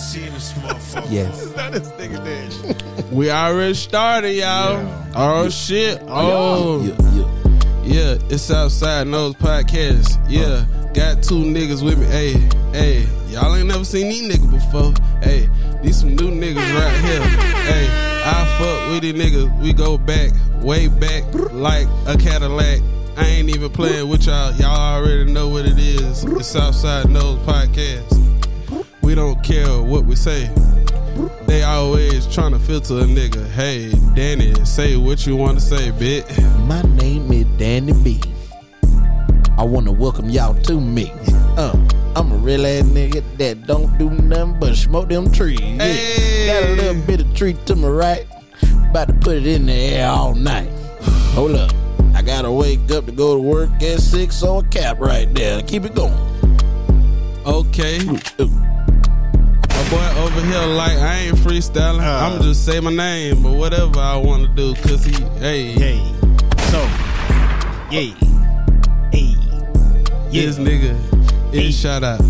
seen this motherfucker. Yes. Not this nigga did. we already started, y'all. Oh shit. Oh Yeah, yeah. yeah. It's outside nose podcast. Yeah, got two niggas with me. Hey, hey, y'all ain't never seen these niggas before. Hey, these some new niggas right here. Hey, I fuck with these niggas. We go back, way back, like a Cadillac. I ain't even playing with y'all. Y'all already know what it is. It's Outside Nose Podcast. We don't care what we say. They always trying to filter a nigga. Hey, Danny, say what you want to say, bitch. My name is Danny B. I want to welcome y'all to me. Uh, I'm a real ass nigga that don't do nothing but smoke them trees. Yeah. Hey. Got a little bit of tree to my right. About to put it in the air all night. Hold up. I got to wake up to go to work at 6 on a cap right there. Keep it going. Okay, Ooh. my boy over here like I ain't freestyling. Uh. I'm just say my name, but whatever I want to do, cause he, hey, Hey, so, yeah, hey, this nigga Hey. is shout out.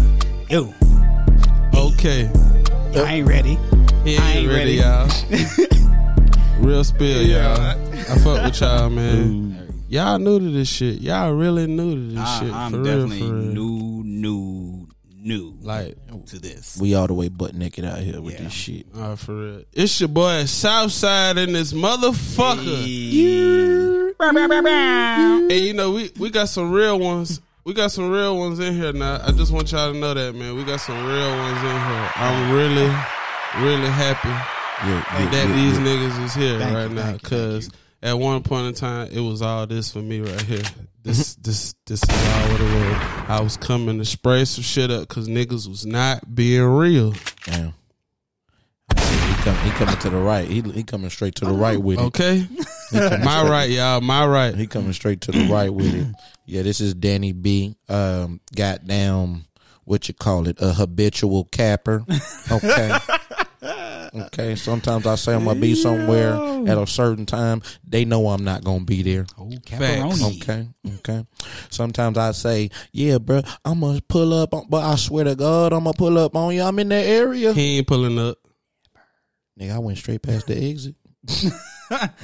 yo, Okay, I ain't ready. he ain't, I ain't ready. ready, y'all. Real spill, Yeah. y'all. I fuck with y'all, man. Y'all new to this shit. Y'all really new to this shit. I, am for definitely real, for real. new, new, new Like, to this. We all the way butt naked out here with Yeah. this shit. Ah, for real. It's your boy Southside and this motherfucker. Yeah. And you know, we, we got some real ones. We got some real ones in here now. I just want y'all to know that, man. We got some real ones in here. I'm really, really happy Yeah, yeah, that yeah, these yeah. niggas is here Thank you, right thank now. you, thank Cause at one point in time it was all this for me right here. This Mm-hmm. this this is all what it was. I was coming to spray some shit up cause niggas was not being real. Damn. He, come, he coming to the right. He, he coming straight to the right with it. Oh, Okay? my right, y'all, my right. He coming straight to the right with it. Yeah, this is Danny B. Um, goddamn, what you call it? A habitual capper. Okay. Okay. Sometimes I say I'm gonna be somewhere at a certain time. They know I'm not gonna be there. Oh, pepperoni. Okay. Okay. Sometimes I say, "Yeah, bro, I'm gonna pull up," on, but I swear to God, I'm gonna pull up on you. I'm in that area. He ain't pulling up. Nigga, I went straight past the exit.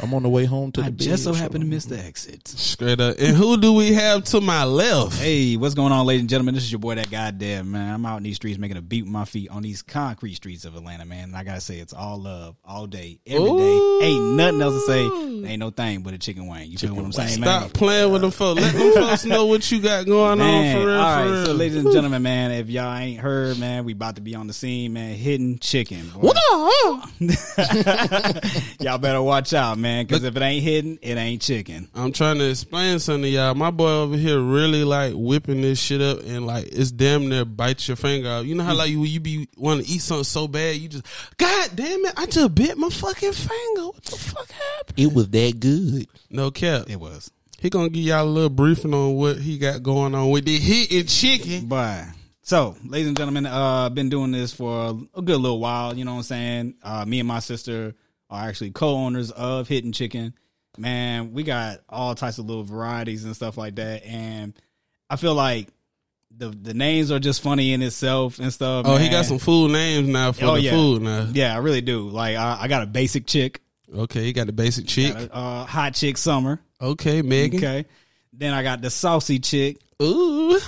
I'm on the way home to the I just so bed, happened to miss the exit. Straight up. And who do we have to my left? Hey, what's going on, ladies and gentlemen? This is your boy, that goddamn man. I'm out in these streets making a beat with my feet on these concrete streets of Atlanta, man. And I gotta say, it's all love, all day, every day. Ain't nothing else to say. Ain't no thing but a chicken wing. You feel what I'm saying, man? Stop playing with them folks. Let them folks know what you got going on for real. all for right, real. so ladies and gentlemen, man, if y'all ain't heard, man, we about to be on the scene, man. Hidden chicken. boy. y'all better watch out, man, because if it ain't hidden, it ain't chicken. I'm trying to explain something to y'all. My boy over here really like whipping this shit up and like it's damn near bites your finger out. You know how like you you be want to eat something so bad you just God damn it, I just bit my fucking finger. What the fuck happened? It was that good. No cap. It was, He gonna give y'all a little briefing on what he got going on with the hitting chicken. but so, ladies and gentlemen, uh, been doing this for a good little while. You know what I'm saying? Uh, me and my sister are actually co-owners of Hidden Chicken. Man, we got all types of little varieties and stuff like that, and I feel like. The, the names are just funny in itself and stuff. Oh, he man. got some food names now for Oh, the yeah. food now. Yeah, I really do. Like I, I got a basic chick, Okay, he got the basic chick. uh, hot chick summer. Okay, Megan. Okay. Then I got the saucy chick, Ooh.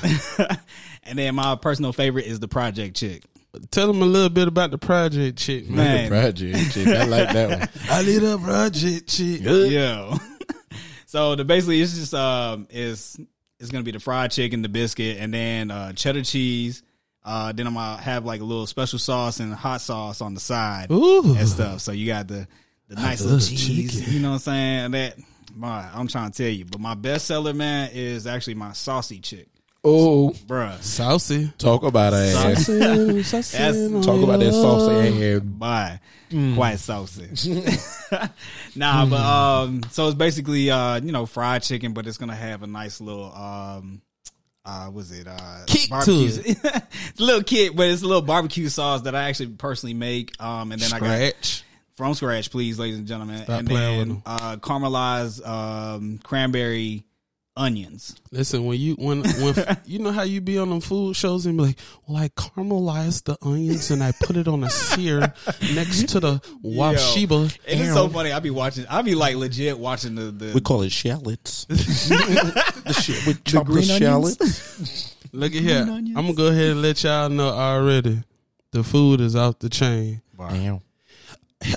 and then my personal favorite is the project chick. Tell them a little bit about the project chick, Man, man. Project chick. I like that one. I lit up project chick. yeah. so the basically it's just um is it's gonna be the fried chicken, the biscuit, and then uh, cheddar cheese. Uh, then I'm gonna have like a little special sauce and hot sauce on the side Ooh. and stuff. So you got the the nice little love cheese. You know what I'm saying? And That my I'm trying to tell you, but my best seller man is actually my saucy chick, Oh, bruh. Saucy. talk about her ass. Talk about that saucy ass. hair. Bye. Mm. Quite saucy. nah, Hmm. but um, so it's basically uh, you know, fried chicken, but it's gonna have a nice little um, uh, was it uh, Kick to it. it's a little kick, but it's a little barbecue sauce that I actually personally make. Um, and then I got Scratch. from scratch, please, ladies and gentlemen, Stop and playing then uh, caramelized um cranberry onions. Listen, when you when when you know how you be on them food shows and be like, well, I caramelized the onions and I put it on a sear next to the washiba. And it's so funny. I be watching. I be like legit watching the the. We call it shallots. the shit, we chop the, green shallots. Look at here. I'm onions. gonna go ahead and let y'all know already. The food is off the chain. Damn.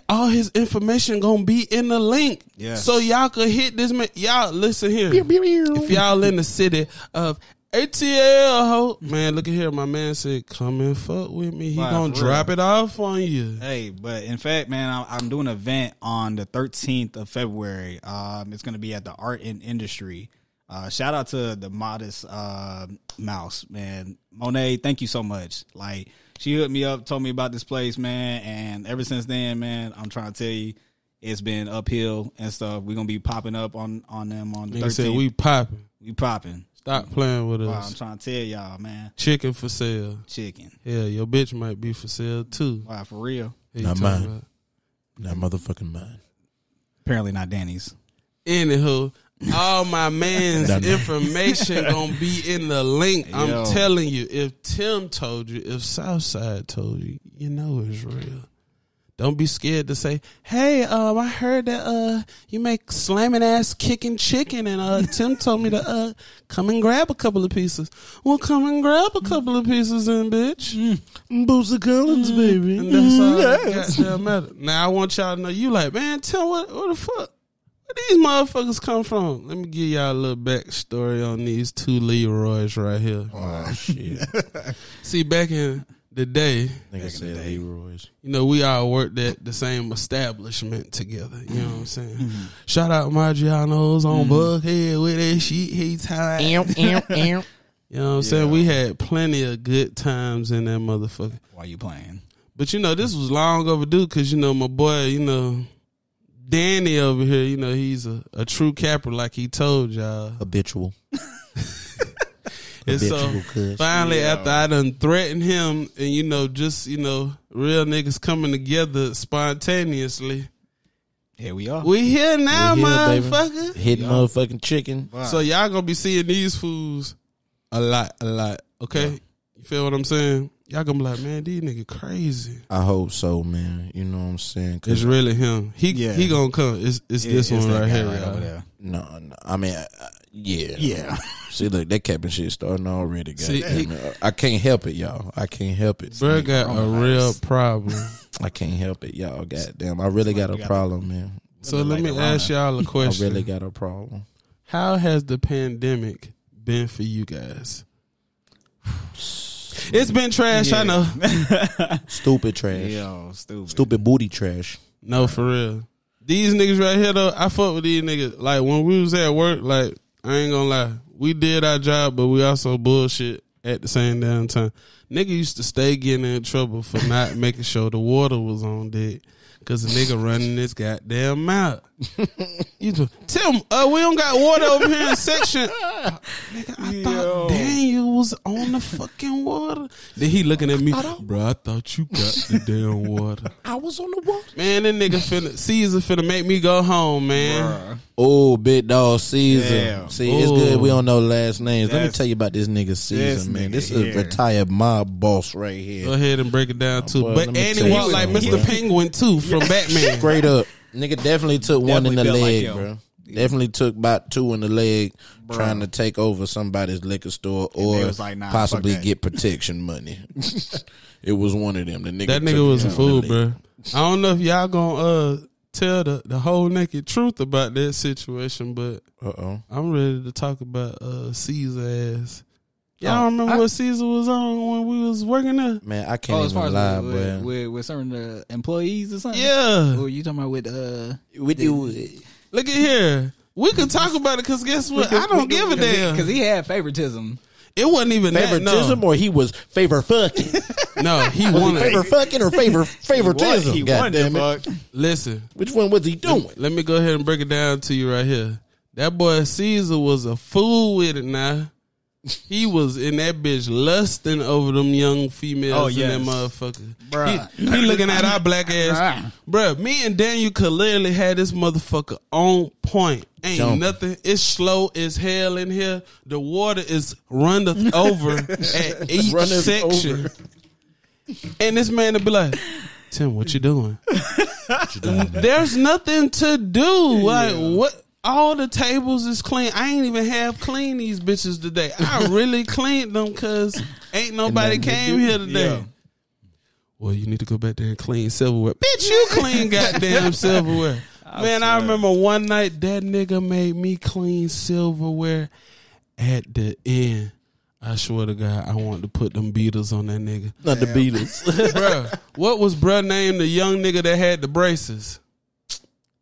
All his information gonna be in the link. Yes. So y'all could hit this man. Y'all listen here. if y'all in the city of ATL, ho, man, look at here. My man said, "Come and fuck with me." He Wow, gonna for drop it off on you. Hey, but in fact, man, I, I'm doing an event on the 13th of February. Um, it's going to be at the Art and Industry. Uh, shout out to the modest uh, mouse, man. Monet, thank you so much. Like she hooked me up, told me about this place, man, and ever since then, man, I'm trying to tell you, it's been uphill and stuff. We're gonna be popping up on on them on the Nigga 13th. said, "We we popping. we popping. Stop playing with Wow, I'm us. trying to tell y'all, man. Chicken for sale. Chicken. Yeah, your bitch might be for sale too. Wow, for real. Hey, Not talking mine. about- Not motherfucking mine. Apparently not Danny's. Anywho, all my man's Done. information gonna be in the link. I'm Yo. telling you, if Tim told you, if Southside told you, you know it's real. Don't be scared to say, "Hey, um, I heard that uh, you make slamming ass kicking chicken, and uh, Tim told me to uh, come and grab a couple of pieces." Well, come and grab a couple of pieces, then, bitch. Boozy Collins, baby. And that's all that goddamn matter. Now I want y'all to know you like, man, tell what where the fuck where these motherfuckers come from? Let me give y'all a little backstory on these two Leroys right here. Oh shit! See, back in the day, Nigga said Leroy's. you know, we all worked at the same establishment together. You know what I'm saying? Shout out Maggiano's on Bughead with that shit. He tired. Ew, ew, ew. You know what I'm saying? We had plenty of good times in that motherfucker. Why you playing? But you know, this was long overdue because you know my boy, you know, Danny over here, you know, he's a, a true capper, like he told y'all. Habitual. And so Habitual cuss. finally, after I done threatened him, and you know, just you know, real niggas coming together spontaneously, Here we are. we here now, We here, baby. motherfucker. Hitting motherfucking chicken. So y'all gonna be seeing these fools a lot, a lot. Okay, you feel what I'm saying? Y'all gonna be like, man, these niggas crazy. I hope so, man. You know what I'm saying? It's Cause really him. He Yeah. he gonna come. It's it's It- this it's one that right guy here. right y'all. over there. no, no, I mean, uh, uh, yeah, Yeah. See, look, that capping shit starting already. See, goddamn he- it. I can't help it, y'all. I can't help it. Bruh got oh a real problem. I can't help it, y'all. Goddamn, I really got a problem, man. so let me ask y'all a I question. really got a problem. How has the pandemic been for you guys? It's been trash, I know. Stupid trash. Yo, oh, stupid. Stupid booty trash. No, for real. These niggas right here though, I fuck with these niggas. Like when we was at work, like I ain't gonna lie, we did our job, but we also bullshit at the same damn time. Nigga used to stay getting in trouble for not making sure the water was on deck. Cause the nigga running this goddamn mouth. You t- tell him, uh, we don't got water over here in section. nigga, I thought Daniel was on the fucking water. Then he looking at me, bro. I thought you got the damn water. I was on the wall. Man, that nigga finna Caesar finna make me go home, Bruh. man. Oh, big dog Caesar. Damn. See, it's good we don't know last names. Let me That's- tell you about this nigga this Caesar, man. nigga This is here. a retired mob boss right Go here. ahead and break it down too. boy, but let me and tell he you walked like something, Mr. bruh. Penguin too from Batman. Straight up. Nigga definitely took one in the Definitely leg, felt like bro. Definitely took about two in the leg trying to take over somebody's liquor store they or was like, nah, fuck possibly that. get protection money. it was one of them. The nigga That took nigga was it a in the fool, leg. bro. I don't know if y'all gonna uh tell the, the whole naked truth about that situation, but Uh-oh. I'm ready to talk about uh Caesar ass. Oh, Y'all remember what Caesar was on when we was working there? Man, I can't Oh, as far as even lie, with, with, bro. with, with certain uh, employees or something. Yeah. Or you talking about with uh? We do Look at here. We could talk about it because guess what? I don't give a because damn. he had favoritism. It wasn't even that. favoritism No, or he was favor fucking. no, he Was he wanted. favor fucking or favor favoritism? He God won damn the it. fuck. Listen, Which one was he doing? let me go ahead and break it down to you right here. That boy Caesar was a fool with it now. He was in that bitch lusting over them young females Oh, in yes. that motherfucker. Bruh. He, he looking at our black ass. Bruh, me and Daniel could literally had this motherfucker on point. Ain't Jump. nothing. It's slow as hell in here. The water is runneth over at each Runneth section. over. And this man would be like, Tim, what you doing? There's nothing to do. Like what? All the tables is clean. I ain't even have clean these bitches today. I really cleaned them because ain't nobody came here today. Yeah. Well, you need to go back there and clean silverware. Bitch, you clean goddamn silverware. Man, I remember one night that nigga made me clean silverware at the end. I swear to God, I wanted to put them beaters on that nigga. Not the Beatles. bruh, what was bruh named the young nigga that had the braces?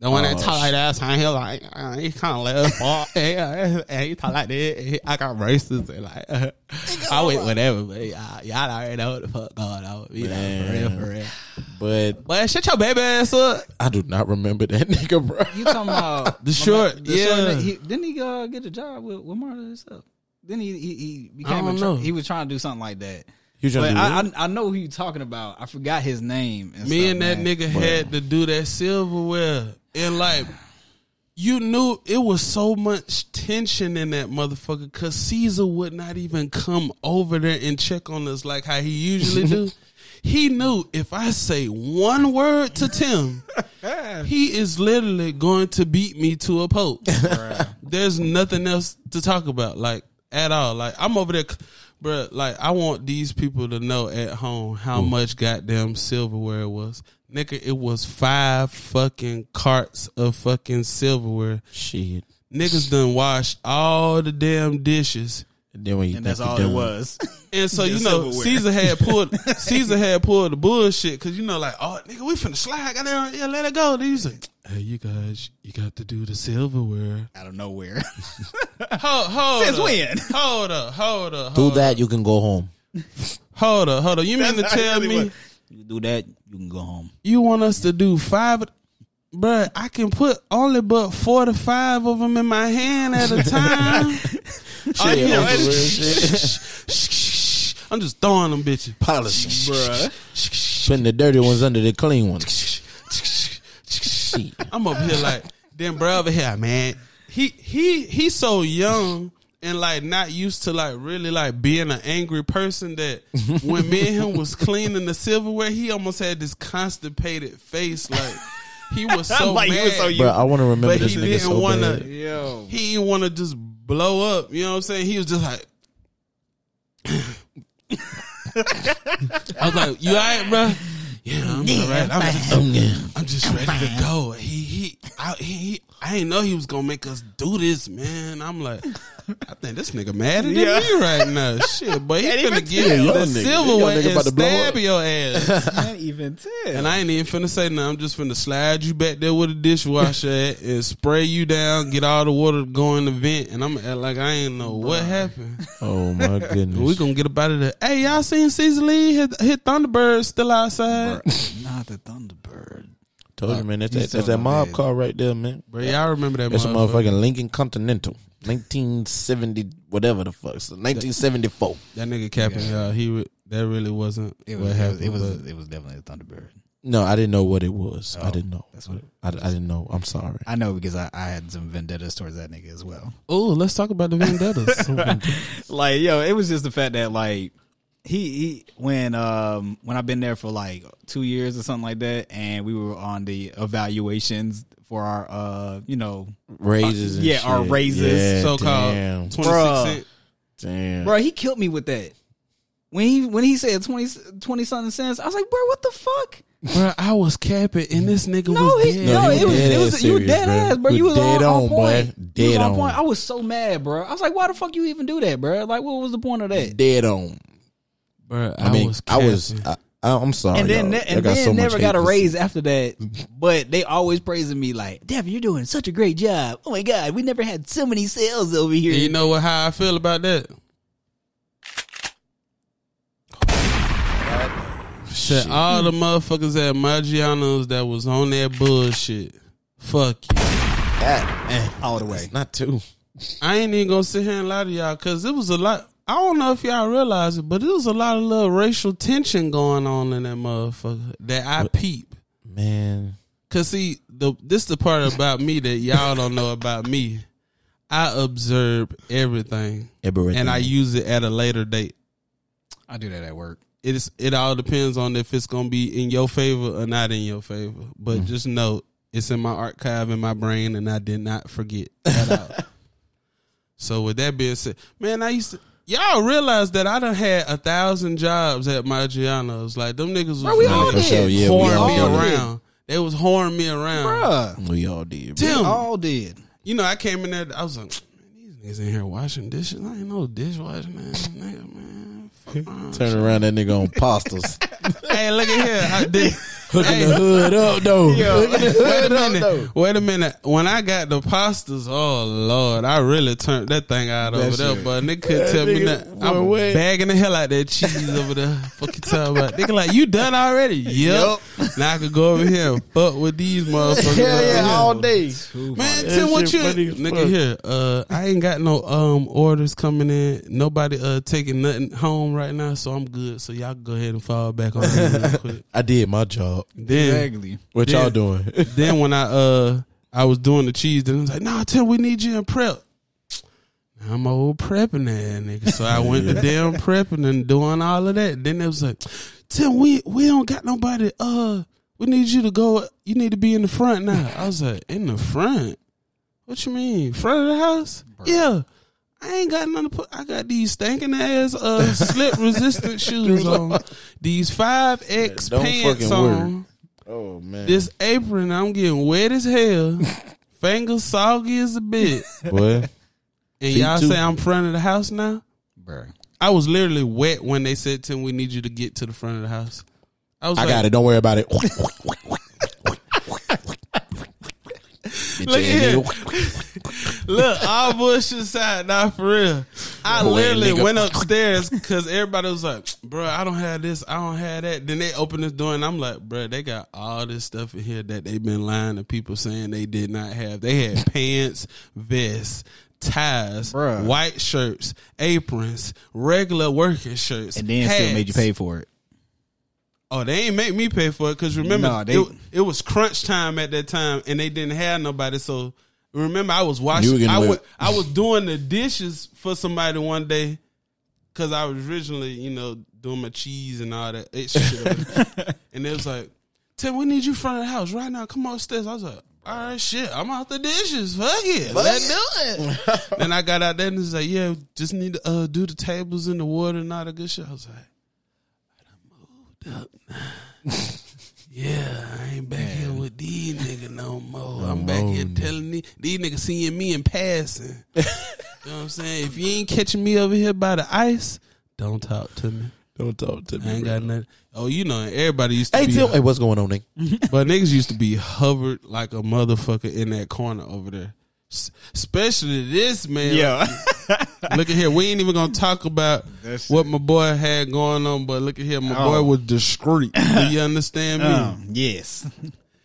The one that Oh, talk like that, so he like uh, he kind of left off, and, and he talk like that. and he- I got braces, and like uh, I went whatever, but y'all, y'all already know what the fuck going on. with me, like, for real, Man. for real. but Well, shut your baby ass up. I do not remember that nigga, bro. You talking about The short, the short yeah. that he, didn't he uh, get a job with, with Marta himself? Then he he, he became I don't a know. he was trying to do something like that. You trying But to do I, what? I I know who you talking about. I forgot his name. And Me stuff, and that man. nigga had to do that silverware. And like, you knew it was so much tension in that motherfucker because Caesar would not even come over there and check on us like how he usually do. he knew if I say one word to Tim, he is literally going to beat me to a pulp. There's nothing else to talk about, like at all. Like I'm over there, bruh. Like I want these people to know at home how much goddamn silverware it was, nigga. It was five fucking carts of fucking silverware. Shit. Niggas done washed all the damn dishes. And then when you And think that's you all done, it was. And so you Just know, silverware. Caesar had pulled Caesar had pulled the bullshit because you know, like, oh nigga, we finna slide, goddamn, yeah, let it go. Then he's like, hey, you guys, you got to do the silverware. Out of nowhere. Hold, hold Since up. when? Hold up, hold up, through hold up, that you can go home. hold up, hold up. You mean to That's how it tell really me was. You do that, you can go home. you want us to do five? Bruh, I can put only but four to five of them in my hand at a time. I, Shit, know, on some real I'm just throwing them bitches. Polishing, Bruh. putting the dirty ones under the clean ones. Shit. I'm up here like then bro over here, man. He he he so young and like not used to like really like being an angry person that when me and him was cleaning the silverware, he almost had this constipated face like he was so Like, he mad. was so Bro, I want to remember But this he nigga didn't so wanna- bad. Yo. he didn't want to just blow up. You know what I'm saying? He was just like. I was like, "You all right, bro? Yeah, I'm all right. I'm just, Um, yeah. I'm just ready to go. He he I he, he I didn't know he was gonna make us do this, man. I'm like, I think this nigga mad at Yeah. me right now. Shit, but he Can't even finna get tell. you Young the nigga. silverware Young nigga and about to blow stab up. your ass. Can't even tell. and I ain't even finna say nothing. I'm just finna slide you back there with a dishwasher at and spray you down, get all the water going to vent, and I'm gonna act like I ain't know what happened. Oh my goodness. We gonna get up out of there. Hey, y'all seen Caesar Lee hit, hit Thunderbird still outside? Not the Thunderbird. Told you, man. That's, you that, son that's that of a mob bitch. car right there, man. Bro, y'all remember that? That's a motherfucker. motherfucking Lincoln Continental. 1970, whatever the fuck. So 1974. That nigga capping y'all. He re- that really wasn't It what was, it was, happened. it was but- it was definitely the Thunderbird. No, I didn't know what it was. I Oh, didn't know. that's what it- I, I didn't know. I'm sorry. I know because I, I had some vendettas towards that nigga as well. oh, let's talk about the vendettas. like yo, it was just the fact that like he he when um when I've been there for like two years or something like that, and we were on the evaluations for our uh you know Raises. And Yeah, our shit. raises, Yeah, so called Damn. twenty six Bruh. cent. damn. bro he killed me with that when he when he said 20, 20 something cents I was like bro what the fuck Bro, I was capping and this nigga no was he, dead. no, No, you it was dead it was ass you were serious, dead bro. ass bro You you was dead on, on on, boy. point you was Dead on on. point I was so mad bro I was like why the fuck you even do that bro like what was the point of that Dead on. Bruh, I, mean, was I was. capping. I, I, I'm sorry. and then Oh, y'all. ne- and Y'all got then so much never got a hate for- raise after that. But they always praising me like, Devin, you're doing such a great job. Oh my god, we never had so many sales over here. And you know what? How I feel about that? Shit. All the motherfuckers at Maggiano's that was on that bullshit. Fuck you. all the way. Not two. I ain't even gonna sit here and lie to y'all because it was a lot. I don't know if y'all realize it, but it was a lot of little racial tension going on in that motherfucker that I peep. Man. Cause see, the this the part about me that y'all don't know about me. I observe everything, Everything. and I use it at a later date. I do that at work. It is. It all depends on if it's gonna be in your favor or not in your favor. But Mm-hmm. just know it's in my archive in my brain, and I did not forget at all. so with that being said, man, I used to. Y'all realize that I done had a thousand jobs at my Giannos. Like them niggas was we really all for did. sure. Yeah, we whoring all me did. around. They was whoring me around. Bruh. We all did. bro. Tim, All did. you know, I came in there. I was like, man, these niggas in here washing dishes. I ain't no dishwasher, man. Nigga, man. Fuck around. Turn around that nigga on pastas. hey, look at here. I did. Hooking Hey. the hood up though. Hooking the Wait a hood up though. minute. Wait a minute. When I got the pastas, oh lord, I really turned that thing out over there. shit. But they couldn't tell me nigga, nothing. boy, I'm what? bagging the hell out that cheese over there. Fuck you talking about? Nigga, like you done already? Yep. Now I could go over here and fuck with these motherfuckers. over Hell here. yeah, all day. Man, That Tim, what shit you funny as nigga fuck. here? Uh, I ain't got no um orders coming in. Nobody uh taking nothing home right now, so I'm good. So y'all can go ahead and fall back on me real quick. I did my job. Then Exactly. What Yeah. y'all doing? then when I uh I was doing the cheese, then I was like, nah, Tim, we need you in prep. I'm old prepping that nigga. So I went to damn prepping and doing all of that. Then it was like, Tim, we we don't got nobody. Uh, we need you to go. You need to be in the front now. I was like, in the front? What you mean? Front of the house? Yeah. I ain't got nothing to put. I got these stinking ass uh slip resistant shoes on, these five X Don't pants fucking on. worry. Oh man. This apron, I'm getting wet as hell. Fingers soggy as a bit. boy. And y'all too. say I'm front of the house now? Bruh. I was literally wet when they said, Tim, we need you to get to the front of the house. I was I like, got it. Don't worry about it. Look at Look, all bullshit aside, not for real. I Wait, literally nigga. went upstairs because everybody was like, "Bruh, I don't have this, I don't have that." Then they opened this door, and I'm like, "Bruh, they got all this stuff in here that they've been lying to people saying they did not have. They had pants, vests." Ties, Bruh. white shirts, aprons, regular working shirts, And then still made you hats. pay for it. Oh, they ain't make me pay for it because remember Nah, they- it, it was crunch time at that time, and they didn't have nobody. So remember, I was You were washing. getting I wet. was, I was doing the dishes for somebody one day because I was originally, you know, doing my cheese and all that extra shit. and it was like, Tim, we need you front of the house right now. Come upstairs. I was like, all right, shit, I'm out the dishes. Fuck it, let's do it. then I got out there and it's like, yeah, just need to uh, do the tables in the water and all that good shit. I was like. Yeah, I ain't back here with these niggas no more. I'm back here telling these, these niggas seeing me in passing. you know what I'm saying? If you ain't catching me over here by the ice, don't talk to me. Don't talk to I me. ain't got nothing. Oh, you know, everybody used to Hey be, Tim, hey, what's going on, nigga? but niggas used to be hovered like a motherfucker in that corner over there. S- especially this man. Look at here. We ain't even gonna talk about That's what my boy had going on, but look at here. My Oh. boy was discreet. Do you understand me? Um, yes.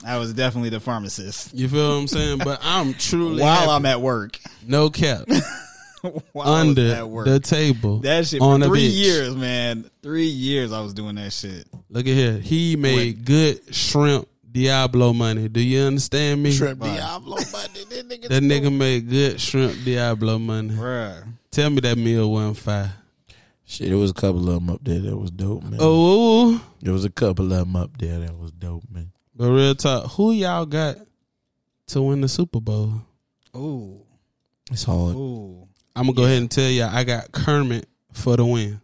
I was definitely the pharmacist. You feel what I'm saying? But I'm truly While happy. I'm at work. no cap While I was under at work. the table. That shit on for a three bitch. years, man. Three years I was doing that shit. Look at here. He made good shrimp Diablo money. Do you understand me? Diablo, buddy. That nigga That nigga made good shrimp Diablo money. Bruh. Tell me that meal wasn't fire. Shit, there was a couple of them up there that was dope, man. Oh. Oh, There was a couple of them up there that was dope, man. but real talk. Who y'all got to win the Super Bowl? Ooh. It's hard. Ooh. I'm gonna go ahead and tell y'all I got Kermit for the win.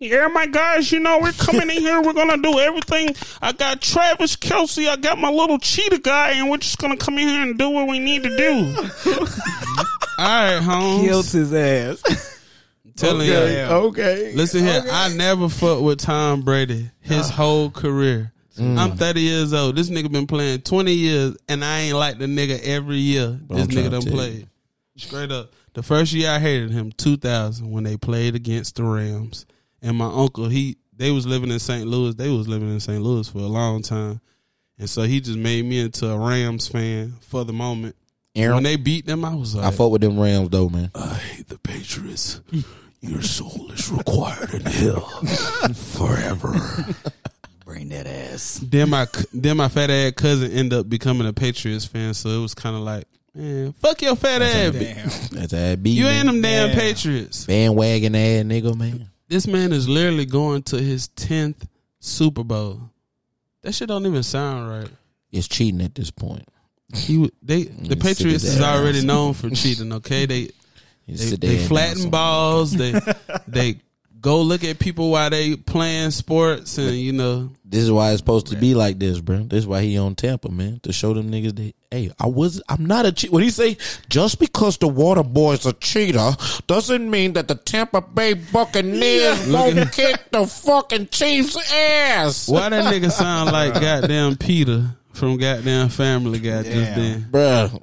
Yeah, my guys, you know, we're coming in here, we're gonna do everything. I got Travis Kelsey, I got my little cheetah guy, and we're just gonna come in here and do what we need to do. Alright, Holmes. Killed his ass. Telling Okay. you. Yeah. Okay. Listen here, I never fucked with Tom Brady his Ah. whole career. Mm. I'm 30 years old. This nigga been playing 20 years, and I ain't like the nigga every year. this I'm trying nigga to done tell you. played. Straight up. The first year I hated him, 2000, when they played against the Rams. And my uncle, he they was living in St. Louis. They was living in St. Louis for a long time. And so he just made me into a Rams fan for the moment. Aaron, When they beat them, I was like, I fuck with them Rams though, man. I hate the Patriots. Your soul is required in hell forever. Bring that ass. then my then my fat ass cousin ended up becoming a Patriots fan, so it was kind of like, man, fuck your fat ass. bi- Damn. That's that beat. You man. ain't them damn Yeah. Patriots. bandwagon ass nigga, man. This man is literally going to his tenth Super Bowl. That shit don't even sound right. It's cheating at this point. He would- they the Mm, Patriots sick as is ass. already known for cheating. Okay, they they, You sit they there and flatten bounce balls. They they go look at people while they playing sports, and you know on- This is why it's supposed to be like this, bro. This is why he on Tampa, man, to show them niggas that hey, I was, I'm not a cheat. What he say? Just because the water boy's a cheater doesn't mean that the Tampa Bay Buccaneers won't kick the fucking Chiefs' ass, why that nigga sound like goddamn Peter from goddamn Family Guy just Damn. then. Bruh.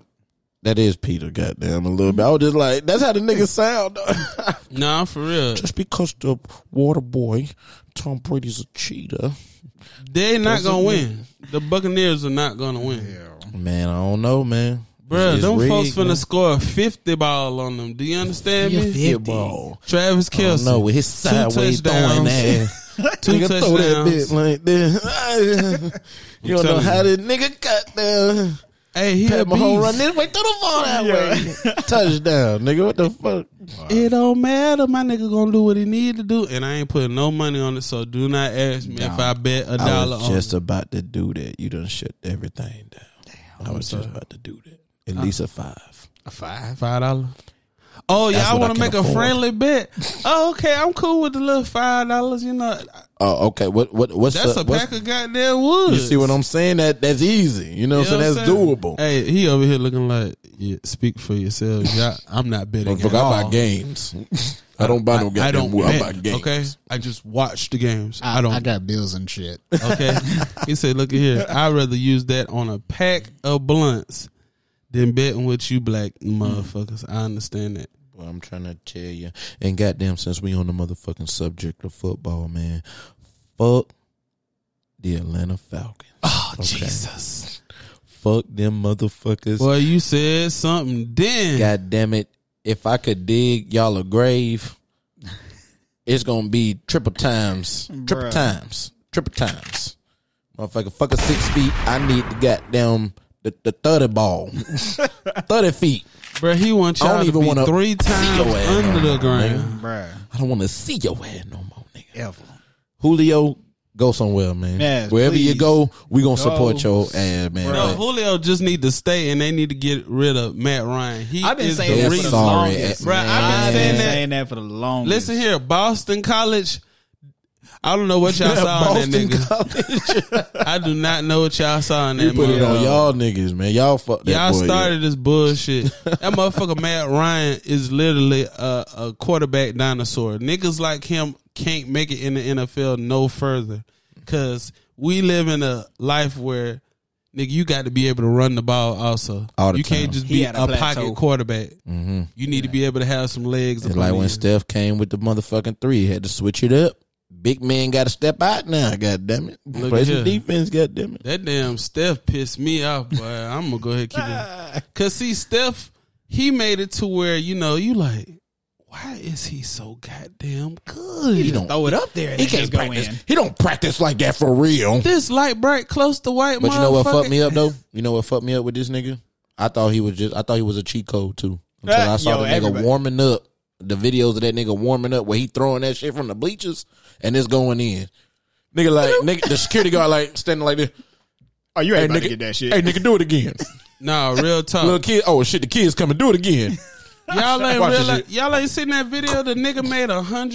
That is Peter, goddamn, a little bit. I was just like, that's how the niggas sound. dog. Nah, for real, just because the water boy, Tom Brady's a cheater. they not gonna win. The Buccaneers are not gonna win, Man, I don't know, man. Bruh, It's Them rigged, folks finna man. score a fifty ball on them. Do you understand me? Yeah, bro. Travis Kelsey, No, with his sideways throwing touchdowns. ass. two nigga throw that bit touchdowns. like this. you don't know telling how this nigga got there. Hey, he a Pat Mahomes run beast. this way, throw the ball that way. Touchdown, nigga. What the fuck? It don't matter. My nigga gonna do what he need to do, and I ain't putting no money on it. So do not ask me if I bet a I dollar was on. just it. about to do that. You done shut everything down. I was just about to do that. At Uh, least a five. A five. Five dollar. Oh That's yeah, I what I want to can make a afford. friendly bet. Oh okay, I'm cool with the little five dollars. You know, Oh, okay. What? What? What's that's the, a Uh, what's- pack of goddamn wood. You see what I'm saying? That that's easy. You know, what I'm saying that's doable. Hey, he over here looking like yeah, speak for yourself. Yeah, I'm not betting. at Motherfucker, all. I buy games. I don't buy no goddamn. I don't wood. bet, I buy games. Okay, I just watch the games. I, don't. I got bills and shit. Okay. he said, look at here. I'd rather use that on a pack of blunts than betting with you black motherfuckers. I understand that. Well, I'm trying to tell you. And goddamn, since we on the motherfucking subject of football, man, fuck the Atlanta Falcons. Oh, Jesus. Fuck them motherfuckers. Well, you said something then. God damn it. If I could dig y'all a grave, it's gonna be triple times. Triple Bruh. times. Triple times. Motherfucker, fuck a six feet. I need the goddamn the, the thirty ball. thirty feet. Bro, he wants I don't y'all to even be wanna three times your ass under no the more, ground. Bruh. I don't wanna see your head no more, nigga. Ever. Julio, go somewhere, man. Yes, Wherever you please. go, we gonna Go support your ass, man. No, But Julio just need to stay, and they need to get rid of Matt Ryan. He I've been is saying the that for reason. the longest, Bro, I've I've been saying been that saying that for the longest. Listen here, Boston College. I don't know what y'all saw on that Boston nigga. I do not know what y'all saw on that. you put it motherfucker. on y'all niggas, man. Y'all fuck that y'all boy. up. started this bullshit. that motherfucker Matt Ryan is literally a, a quarterback dinosaur. Niggas like him can't make it in the NFL no further because we live in a life where nigga you got to be able to run the ball also. All the you time. Mm-hmm. can't just He be a, had a plateau. pocket quarterback. You need to be able to have some legs. It's up like under when you. Steph came with the motherfucking three, had to switch it up. Big man got to step out now. God damn it! Play at some here. defense. God damn it! That damn Steph pissed me off, boy. I'm gonna go ahead and keep it. Cause see, Steph, he made it to where you know you like, why is he so goddamn good? He don't. Throw it up there. And He it can't just go practice. in. He don't practice like that for real. This light bright, close to white. But you know what motherfucker. fucked me up though? You know what fucked me up with this nigga? I thought he was just I thought he was a cheat code too. Until Ah, I saw yo, the nigga everybody- warming up, the videos of that nigga warming up where he throwing that shit from the bleachers and it's going in. Nigga like nigga the security guard like standing like this. Oh, you Hey ain't nigga, Hey nigga, do it again. Nah, real Little talk. kid, oh shit, the kids coming, do it again. y'all ain't Watch this realize, shit. y'all ain't seen that video. The nigga made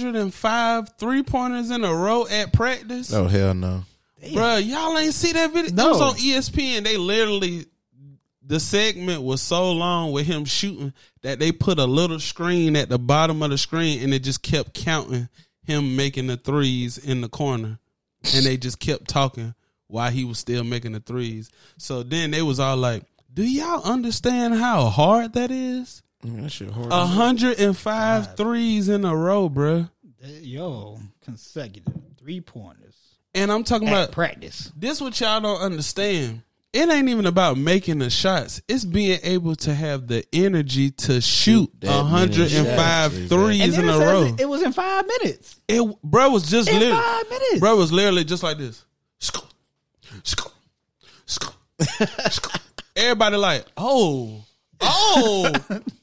105 three pointers in a row at practice. oh hell no. Bruh, y'all ain't see that video. That was on E ESPN. They literally the segment was so long with him shooting that they put a little screen at the bottom of the screen and it just kept counting him making the threes in the corner. And they just kept talking while he was still making the threes. So then they was all like, Do y'all understand how hard that is? That shit horrible. A hundred and five threes in a row, bruh. Uh, Yo, consecutive three pointers And I'm talking at about practice. this what y'all don't understand. it ain't even about making the shots. It's being able to have the energy to shoot that many 105 shots, threes And then it in a says row. it- It was in five minutes. It, bro was just In literally, five minutes. bro was literally just like this. Scoop, scoop, scoop, scoop. Everybody like, oh, oh,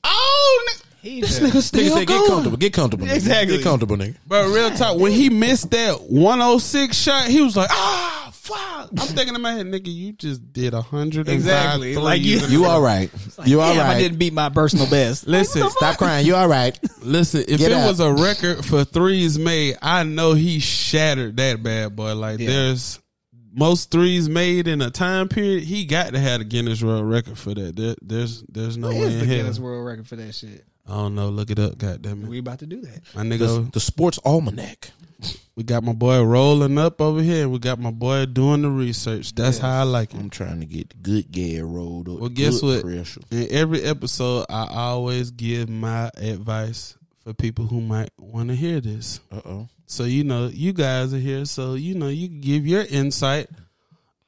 oh. ni- He This just- nigga Nigga still said, get going. comfortable. Get comfortable. nigga. Exactly. Get comfortable, nigga. But real talk, when he missed that 106 shot, he was like, ah, fuck. I'm thinking in my head, nigga, you just did 105 Exactly. exactly. Like you- You all right. You all Damn, I right. didn't beat my personal best. Listen, Stop crying. You all right. listen. If Get it out. was a record for threes made, I know he shattered that bad boy. Like there's most threes made in a time period. He got to have the Guinness World Record for that. There, there's there's no What way is the in Guinness hell. World Record for that shit? I don't know. Look it up. Goddamn it, We about to do that. my nigga. The sports almanac. We got my boy rolling up over here. and We got my boy doing the research. That's how I like it. I'm trying to get the good gear rolled up. Well, guess good what? pressure. In every episode, I always give my advice for people who might want to hear this. Uh oh. So you know, you guys are here, so you know you can give your insight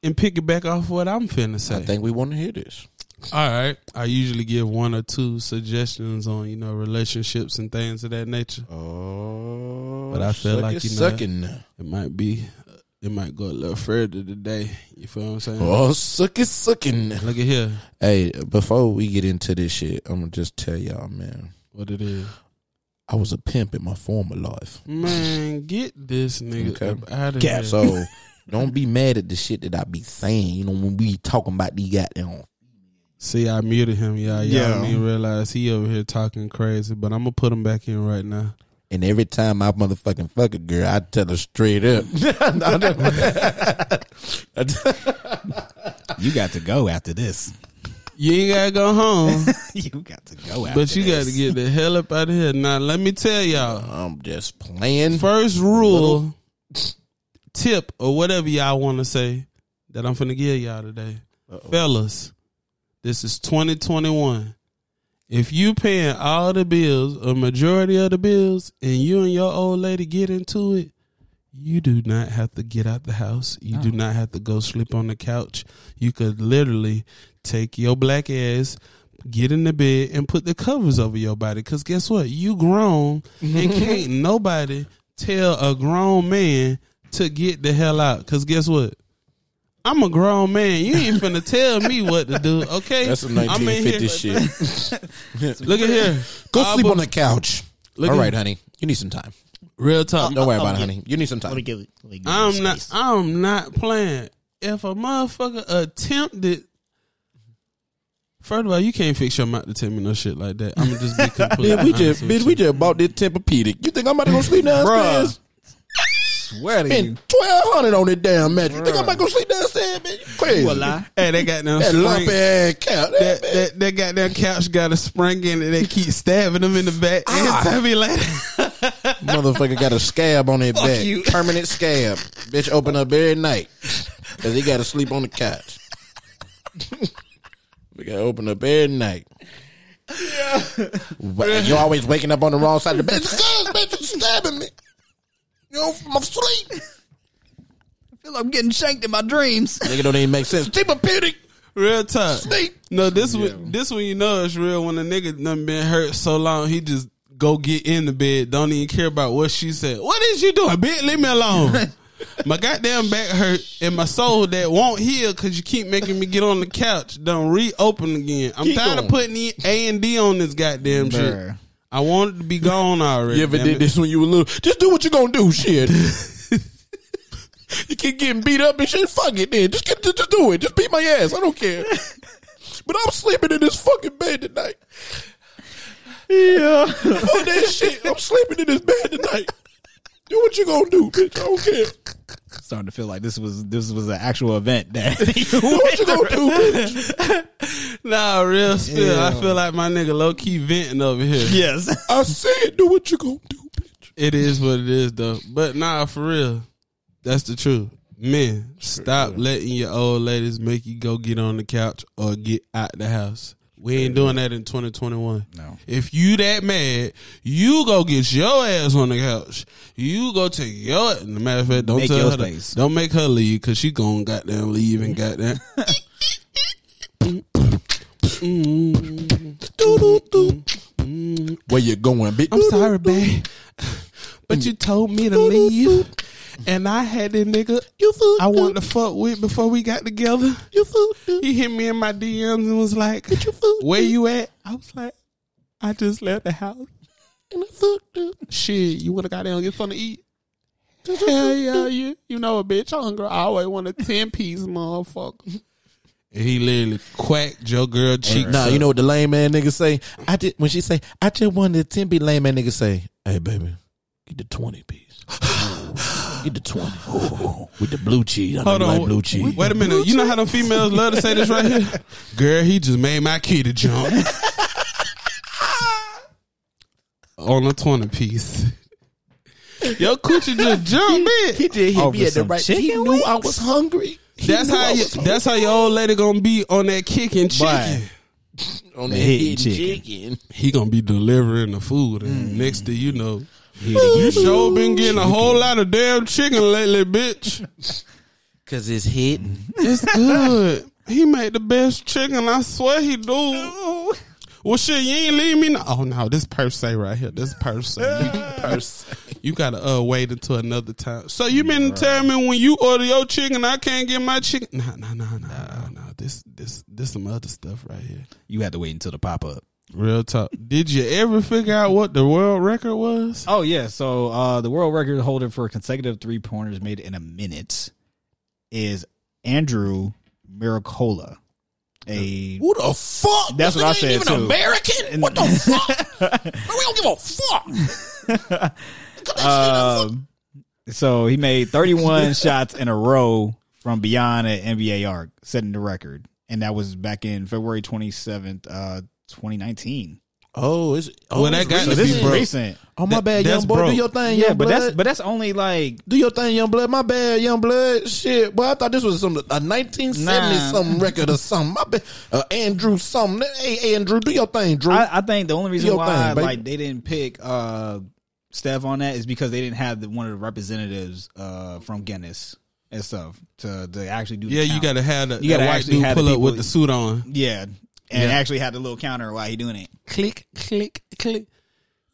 and pick it back off what I'm finna say. I think we want to hear this. All right, I usually give one or two suggestions on you know relationships and things of that nature. Oh, But I feel suck like, it, you know- suck it now. It might be, it might go a little further today. You feel what I'm saying? Oh, suck it, suck it now. Look at here, Hey, before we get into this shit, I'm gonna just tell y'all, man. what it is. I was a pimp in my former life, Man, get this nigga Okay. out of here. so don't be mad at the shit that I be saying. You know when we talking about the goddamn. See, I muted him, y'all. Y'all Yeah. didn't even realize he over here talking crazy, but I'm gonna put him back in right now. And every time I motherfucking fuck a girl, I tell her straight up. You got to go after this. You ain't gotta go home, you got to go out. but you gotta get the hell up out of here. Now, let me tell y'all. I'm just playing. First rule, tip, or whatever y'all want to say that I'm finna give y'all today, fellas. This is 2021. If you paying all the bills, a majority of the bills, and you and your old lady get into it, you do not have to get out the house. You do not have to go sleep on the couch. You could literally take your black ass, get in the bed, and put the covers over your body. Because guess what? You grown, and can't nobody tell a grown man to get the hell out. Because guess what? I'm a grown man. You ain't finna tell me what to do, okay? That's some I'm in here- 1950 shit. Look at here. Go I sleep be- on the couch. Look All at- right, honey. You need some time. Real talk. Don't worry about it, honey. You need some time. give it. Let me give I'm not. I'm not playing. If a motherfucker attempted, first of all, you can't fix your mouth to tell me no shit like that. I'm gonna just be completely. Bitch, we honest just, with bitch, you. we just bought this Tempur-Pedic. You think I'm about to go sleep downstairs? Swear to you. Spend twelve hundred on this damn mattress. You think I'm about to go sleep downstairs, bitch? You Crazy. You a lie. Hey, they got them That spring. lump ass couch. That, that, that goddamn couch got a spring in it. They keep stabbing them in the back. Ah. Every time he like, motherfucker got a scab on his back. you. Permanent scab. Bitch open up every night. Cause he gotta sleep on the couch. we gotta open up every night. Yeah. You always waking up on the wrong side of the bed. Cuz bitch is stabbing me. You know, from my sleep. I feel I'm getting shanked in my dreams. Nigga don't even make sense. Sleep a pity. real talk. Sleep. No, this one, this one, you know it's real when a nigga done been hurt so long, he just go get in the bed, don't even care about what she said. What is you doing, bitch? Leave me alone. my goddamn back hurt and my soul that won't heal because you keep making me get on the couch. Done reopen again. I'm Keep tired going. of putting E- A and D on this goddamn shit. Bruh. I want it to be gone already. You ever damn did it. this when you were little? Just do what you gonna do, shit. you keep getting beat up and shit. Fuck it, then. Just, get, just just do it. Just beat my ass. I don't care. but I'm sleeping in this fucking bed tonight. Yeah. Fuck that shit. I'm sleeping in this bed tonight. Do what you gonna do, bitch. I don't care. Starting to feel like this was this was an actual event that Do what you gonna do, bitch. Nah, real spill. I Yeah. feel like my nigga low key venting over here. Yes. I said, do what you gonna do, bitch. It is what it is though. But nah, for real, that's the truth. Men, stop letting your old ladies make you go get on the couch or get out the house. We ain't doing that in 2021. No. If you that mad, you go get your ass on the couch. You go take your. As a matter of fact, don't Make tell your her. to- space. don't make her leave because she gonna goddamn leave and goddamn. Where you going, bitch? I'm sorry, babe. But you told me to leave. And I had this nigga You fool. I wanted to fuck with before we got together. You fool. He hit me in my DMs and was like, You fool. Where you at? I was like, I just left the house. And I fucked up. Shit, you wanna goddamn get something to eat? Hell yeah, you you know a bitch I'm hungry. I always want a ten piece motherfucker. And he literally quacked your girl cheeks. Nah, up. you know what the lame man nigga say? I did when she say, I just wanted to be lame man nigga say, Hey baby, get the twenty piece. get the twenty. with the blue cheese. I know Hold you on. like blue cheese. Wait a minute. You know how them females love to say this right here? Girl, he just made my kitty jump. On a 20 piece. Your coochie just jumped, He bitch. did hit Over me at the some right. He chicken knew I was hungry. He That's knew how I you, was hungry. that's how your old lady gonna be on that kicking chicken. on the hitting hidden chicken. He gonna be delivering the food, and next thing you know, you sure been getting a whole lot of damn chicken lately, bitch. Cause it's hidden. It's good. he made the best chicken. I swear he do. Well, shit, you ain't leave me. No- oh no, this per se right here. This per se. You, per se. You gotta uh, wait until another time. So you been telling me when you order your chicken, I can't get my chicken. Nah, nah, nah, nah, nah, nah. This, this, this some other stuff right here. You had to wait until the pop up. Real talk. Did you ever figure out what the world record was? Oh yeah, so uh, the world record holder for consecutive three pointers made in a minute is Andrew Miracola. A Who the fuck? That's This what I nigga said, ain't even too. American. What the fuck? Man, we don't give a fuck. Cut that shit out. um, so he made 31 shots in a row from beyond an NBA arc, setting the record, and that was back in February 27th, uh, 2019. oh, it's oh, Well, that it's got to So recent. this be is broke. recent. Oh my That- bad, that's young boy. broke. Do your thing, young Yeah, but blood. that's but that's only like do your thing, young blood. My bad, young blood. Shit, boy, I thought this was some a nineteen seventy Nah. something record or something. My bad, uh, Andrew something. Hey, Andrew, do your thing, Drew. I, I think the only reason Your why thing, baby. like they didn't pick uh Steph on that is because they didn't have the, one of the representatives uh from Guinness and stuff to to actually do. The Yeah, you count. gotta have the, You that gotta white actually dude have the pull up with people- the suit on. yeah, and actually had the little counter while he doing it. click, click, click.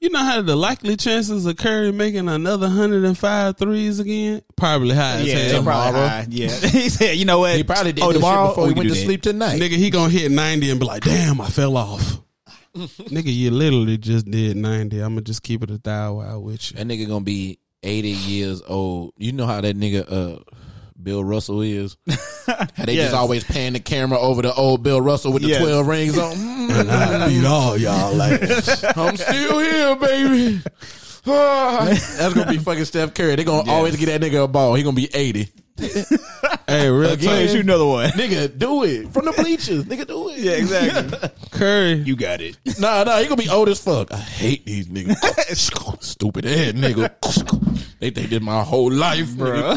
You know how the likely chances of Curry making another 105 threes again? Probably high as Yeah, hell. they probably tomorrow. high. Yeah, he said, you know what? he probably did Oh, this shit tomorrow before he we went do to that. sleep tonight. Nigga, he gonna hit 90 and be like, damn, I fell off. Nigga, you literally just did 90. I'm gonna just keep it a thou while with you. That nigga gonna be eighty years old. You know how that nigga uh Bill Russell is. How they Yes. just always pan the camera over the old Bill Russell with the Yes. twelve rings on. Mm, And I beat all y'all ass. I'm still here, baby. Ah. That's gonna be fucking Steph Curry. They gonna always get that nigga a ball. He gonna be eighty. hey, real Hey, shoot talk. another one. Nigga, do it from the bleachers. nigga, do it. Yeah, exactly. Curry, you got it. Nah, nah, he gonna be old as fuck. I hate these niggas. Stupid ass nigga. they think this my whole life, bro.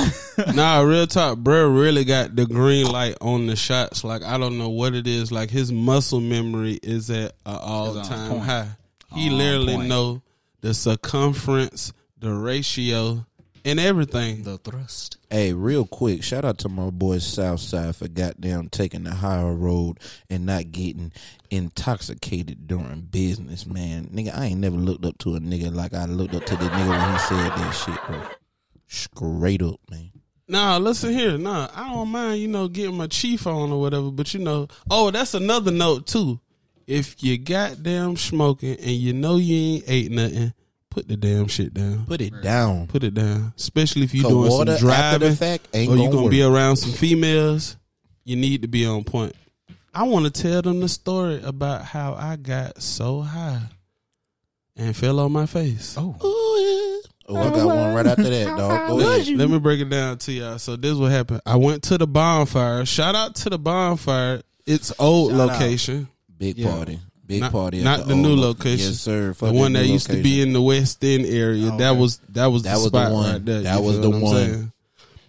nah, real talk, bro. Really got the green light on the shots. Like I don't know what it is. Like his muscle memory is at an all time point. high. He literally point. know the circumference, the ratio, and everything. The thrust. Hey, real quick, shout out to my boy Southside for goddamn taking the higher road and not getting intoxicated during business, man. Nigga, I ain't never looked up to a nigga like I looked up to the nigga when he said that shit, bro. Straight up, man. Nah, listen here. Nah, I don't mind, you know, getting my chief on or whatever, but you know, oh, that's another note too. If you goddamn smoking and you know you ain't ate nothing, put the damn shit down. Put it down. Put it down, especially if you The doing water some after the driving, fact ain't or you gonna gonna be work. around some females. You need to be on point. I want to tell them the story about how I got so high and fell on my face. Oh, Oh, yeah. Oh, I got one right after that, dog. Go ahead. let me break it down to y'all. So this is what happened. I went to the bonfire. Shout out to the bonfire. It's old location, Big Yeah. party. Big not, party. at not the, new old- location. Yes, sir. Fuck The one new that used to be location. in the West End area. Oh, that okay. was that was That the was the spot one. right there. That You was feel the what I'm one. saying?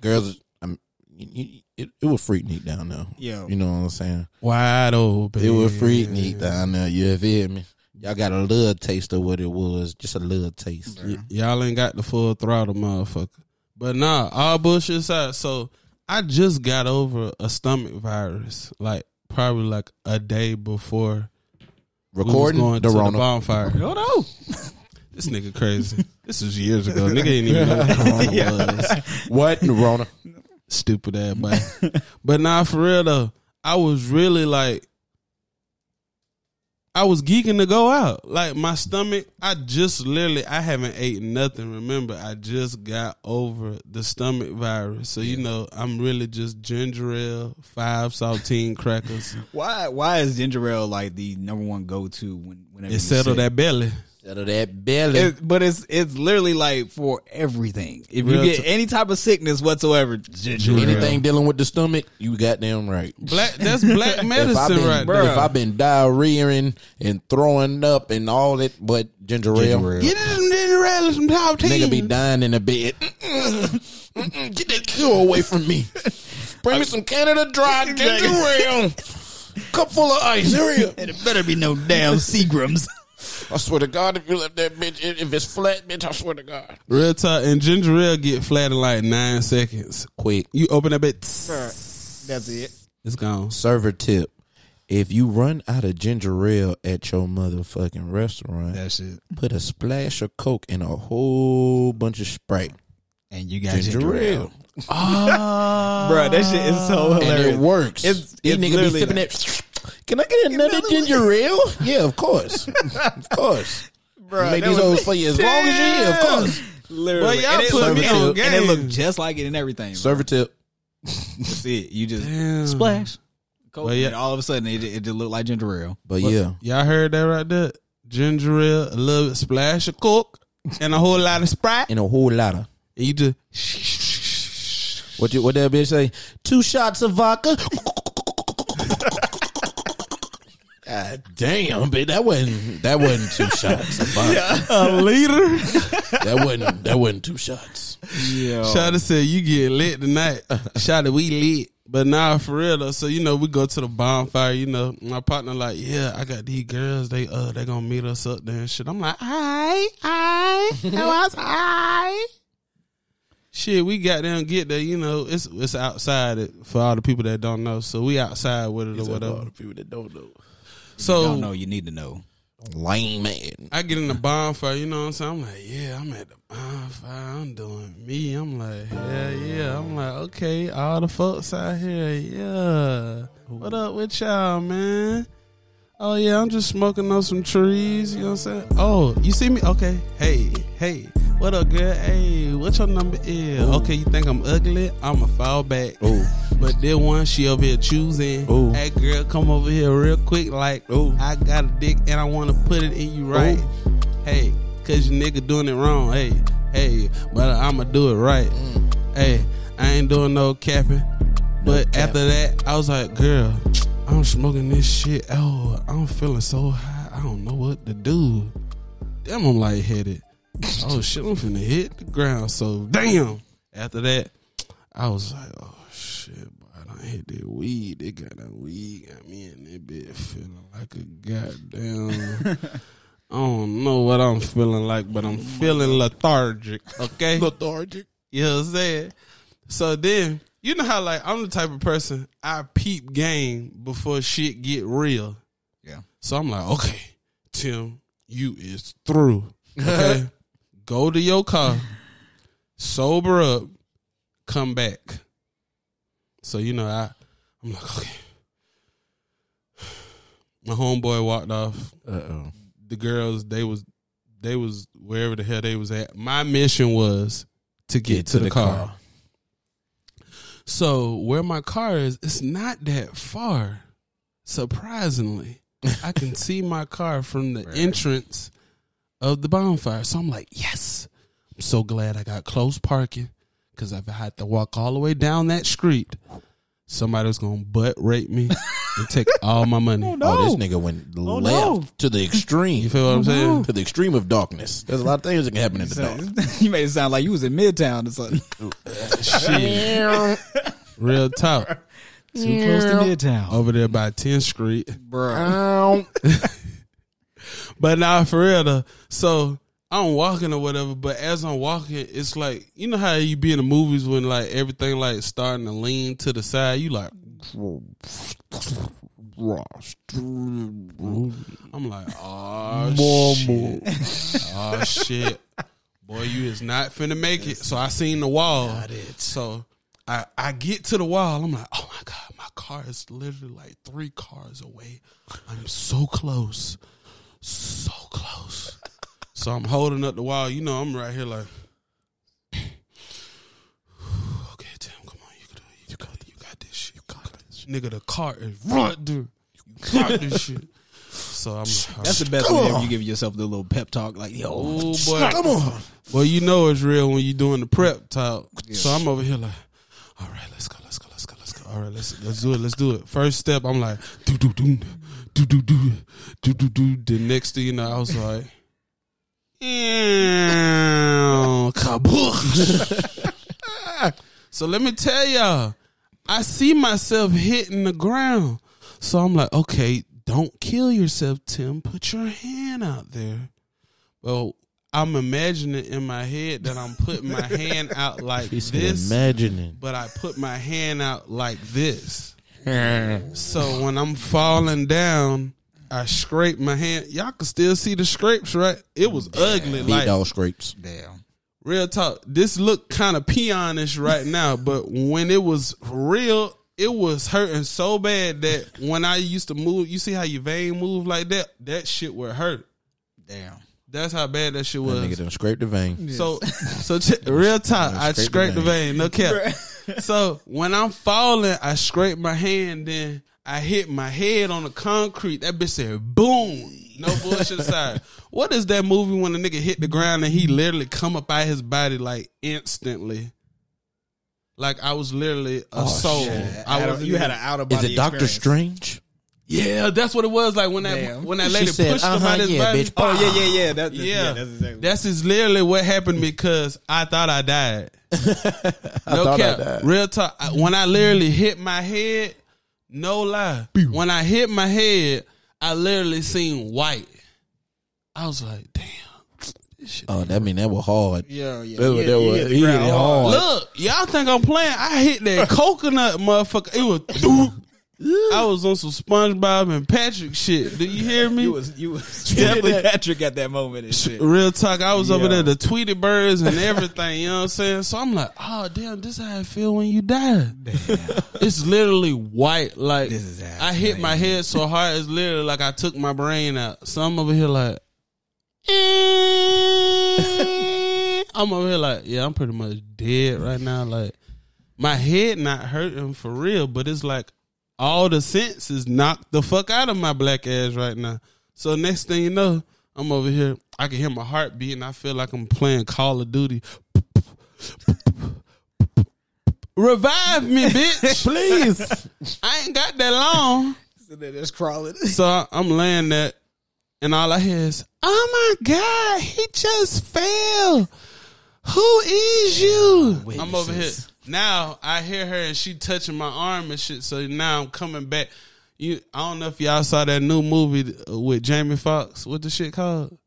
Girls, I'm, you, you, it, it was freak neat down there. Yeah. You know what I'm saying? Wide open. It was free neat down there. You feel me? Y'all got a little taste of what it was, just a little taste. Y- y'all ain't got the full throttle, motherfucker. But nah, all bullshit aside. So I just got over a stomach virus, like probably like a day before we was Recording going the to the Rona. bonfire. Oh no. This nigga crazy. this was years ago. Nigga ain't even know what Corona was. what in the Rona? Stupid ass but but nah, for real though, I was really like, I was geeking to go out. Like my stomach, I just literally, I haven't ate nothing. Remember, I just got over the stomach virus, so you know, I'm really just ginger ale, five saltine crackers, Why why is ginger ale like the number one go to when whenever and you settle sick? that belly. Out of that belly. It, but it's it's literally like for everything. If Real you get t- any type of sickness whatsoever, ginger ale. Anything dealing with the stomach, you goddamn right. Black, that's black If I've medicine been, right Bruh. there. if I've been diarrheaing and throwing up and all that, but ginger ale, Ginger ale. Get it in the rally some top ten. nigga be dying in the bed. Mm-mm. Mm-mm. Get that kill away from me. Bring me some Canada Dry ginger ale, cup full of ice. Here we go. It better be no damn Seagrams. I swear to God, if you left that bitch, if if it's flat, bitch, I swear to God. Real talk, and ginger ale get flat in like nine seconds. Quick You open that bit, That's it. it's gone. server tip: If you run out of ginger ale at your motherfucking restaurant, That shit. put a splash of Coke and a whole bunch of Sprite. And you got Ginger, ale. Bro, that shit is so and hilarious. it works. It's- These it's nigga be literally sipping that. Can I get another ginger ale? Yeah, of course, of course. Bruh, Make that these was- hoes for you as long as you yeah, of course. Literally. Well, y'all and, it put look, me and, on it- and it game. looked just like it and everything. bro. Server tip. That's it. You just Damn. splash. Coke, Well, yeah. and all of a sudden, it, it just looked like ginger ale. But yeah, Y'all heard that right there? Ginger ale, a little splash of Coke, and a whole lot of Sprite. and a whole lot of And you just what? You, what that bitch say? Two shots of vodka. God damn, bitch, that wasn't that wasn't two shots of vodka. a liter. That wasn't that wasn't two shots. Yeah. Shotta said, "You get lit tonight." Shotta, we lit. But nah, for real though. So you know, we go to the bonfire. You know, my partner like, yeah, I got these girls. They uh, they gonna meet us up there and shit. I'm like, I, I, that was I. Shit, we got them get there. You know, it's it's outside it, for all the people that don't know. So we outside with it or whatever. people that don't know. So Y'all know you need to know. Lame man. I get in the bonfire, you know what I'm saying? I'm like, yeah, I'm at the bonfire. I'm doing me. I'm like, yeah, yeah. I'm like, okay, all the folks out here, yeah. What up with y'all, man? Oh, yeah, I'm just smoking on some trees, you know what I'm saying? Oh, you see me? Okay, hey, hey. What up, girl? Hey, what your number is? Okay, you think I'm ugly? I'ma fall back. Oh, But then one, she over here choosing. Ooh. Hey, girl, come over here real quick. Like, Ooh. I got a dick and I want to put it in you right. Hey, cause you nigga doing it wrong. Hey, hey, but I'ma do it right. Hey, I ain't doing no capping. But after that, I was like, girl, I'm smoking this shit. Oh, I'm feeling so high. I don't know what to do. Damn, I'm lightheaded. oh shit, I'm finna hit the ground. So damn. After that, I was like, oh shit, boy, I done hit that weed. They got that weed, got me in that bit feeling like a goddamn. I don't know what I'm feeling like, but I'm feeling lethargic. Okay, lethargic. you know what I'm saying? So then, you know how like I'm the type of person I peep game before shit get real. Yeah. So I'm like, okay, Tim, you is through. Okay. Go to your car, sober up, come back. So you know, I I'm like, okay. My homeboy walked off Uh oh. the girls they was they was wherever the hell they was at. My mission was to get, to, the, car. So where my car is, it's not that far. Surprisingly, I can see my car from the entrance of the bonfire. So I'm like, yes. I'm so glad I got close parking because if I had to walk all the way down that street, somebody was gonna butt rape me and take all my money. Oh, this nigga went left to the extreme. You feel what I'm saying? To the extreme of darkness. There's a lot of things that can happen in the dark. you made it sound like you was in Midtown or something. Shit. Real talk. Too close to Midtown. Uh, Over there by 10th Street. Bro. But nah, for real though. So I'm walking or whatever, but as I'm walking, it's like, you know how you be in the movies when like everything like starting to lean to the side? You like, Ross. I'm like, oh Mama. shit, oh shit, boy, you is not finna make it. So I seen the wall. Got it. So I I get to the wall. I'm like, oh my god, my car is literally like three cars away. I'm so close, so close. So I'm holding up the wall. You know, I'm right here like. Okay, Tim, come on, you, can do it. you, got, you got this shit. You got this shit. Nigga, the car is right there. You got this shit. So I'm like, That's the best one. You give yourself the little pep talk, like yo, Oh boy. Come on. Well, you know it's real when you're doing the prep talk. So I'm over here like, all right, let's go, let's go, let's go, let's go. All right, let's let's do it, let's do it. First step, I'm like, do do do do do do do do do. The next thing you know, I was like, "Ew, kaboosh. so let me tell y'all, I see myself hitting the ground. So I'm like, okay, don't kill yourself, Tim. Put your hand out there. Well, I'm imagining in my head that I'm putting my hand out like He's this, imagining. but I put my hand out like this. So when I'm falling down, I scrape my hand. Y'all can still see the scrapes, right? It was ugly. Beat Like dog scrapes. Damn. real talk, this looked kind of peonish right now, but when it was real, it was hurting so bad that when I used to move, you see how your vein move like that? That shit would hurt. Damn. That's how bad that shit was. That nigga done scraped the vein. So, so ch- real talk, I scrape scrape the the vein. No cap. so when I'm falling, I scrape my hand, then I hit my head on the concrete. That bitch said, "Boom!" No bullshit aside. What is that movie when a nigga hit the ground and he literally come up out his body like instantly? Like I was literally a Oh, soul. I was, you had an out of Is body. it Doctor experience. Strange? yeah, that's what it was like when that Damn. when that lady she said, pushed him "Uh-huh, out his yeah, body. bitch." Oh yeah, yeah, yeah. That, Yeah. yeah. that's exactly. That's is literally what happened because I thought I died. no thought I cap. died. Real talk. I- When I literally hit my head, no lie. When I hit my head, I literally seen white. I was like, damn. this shit- Oh, that mean that was hard. Yeah, yeah. That was, that was, hit the he hit ground it hard. hard. Look, y'all think I'm playing. I hit that coconut motherfucker. It was. I was on some SpongeBob and Patrick shit. Do you hear me? You was you was definitely Patrick at that moment and shit. Real talk, I was over there the Tweety Birds and everything, you know what I'm saying? So I'm like, oh damn, this how I feel when you die. It's literally white. Like is how I hit my head so hard it's literally like I took my brain out. So I'm over here like eh. I'm over here like, yeah, I'm pretty much dead right now. Like my head not hurting for real, but it's like all the senses knocked the fuck out of my black ass right now. So next thing you know, I'm over here. I can hear my heart beating. I feel like I'm playing Call of Duty. Revive me, bitch. Please. I ain't got that long. And then it's crawling. So I- I'm laying there, and all I hear is, "Oh my God, he just fell. Who is you?" I'm over here now. I hear her, and she touching my arm and shit. So now I'm coming back. You, I don't know if y'all saw that new movie with Jamie Foxx. What the shit called?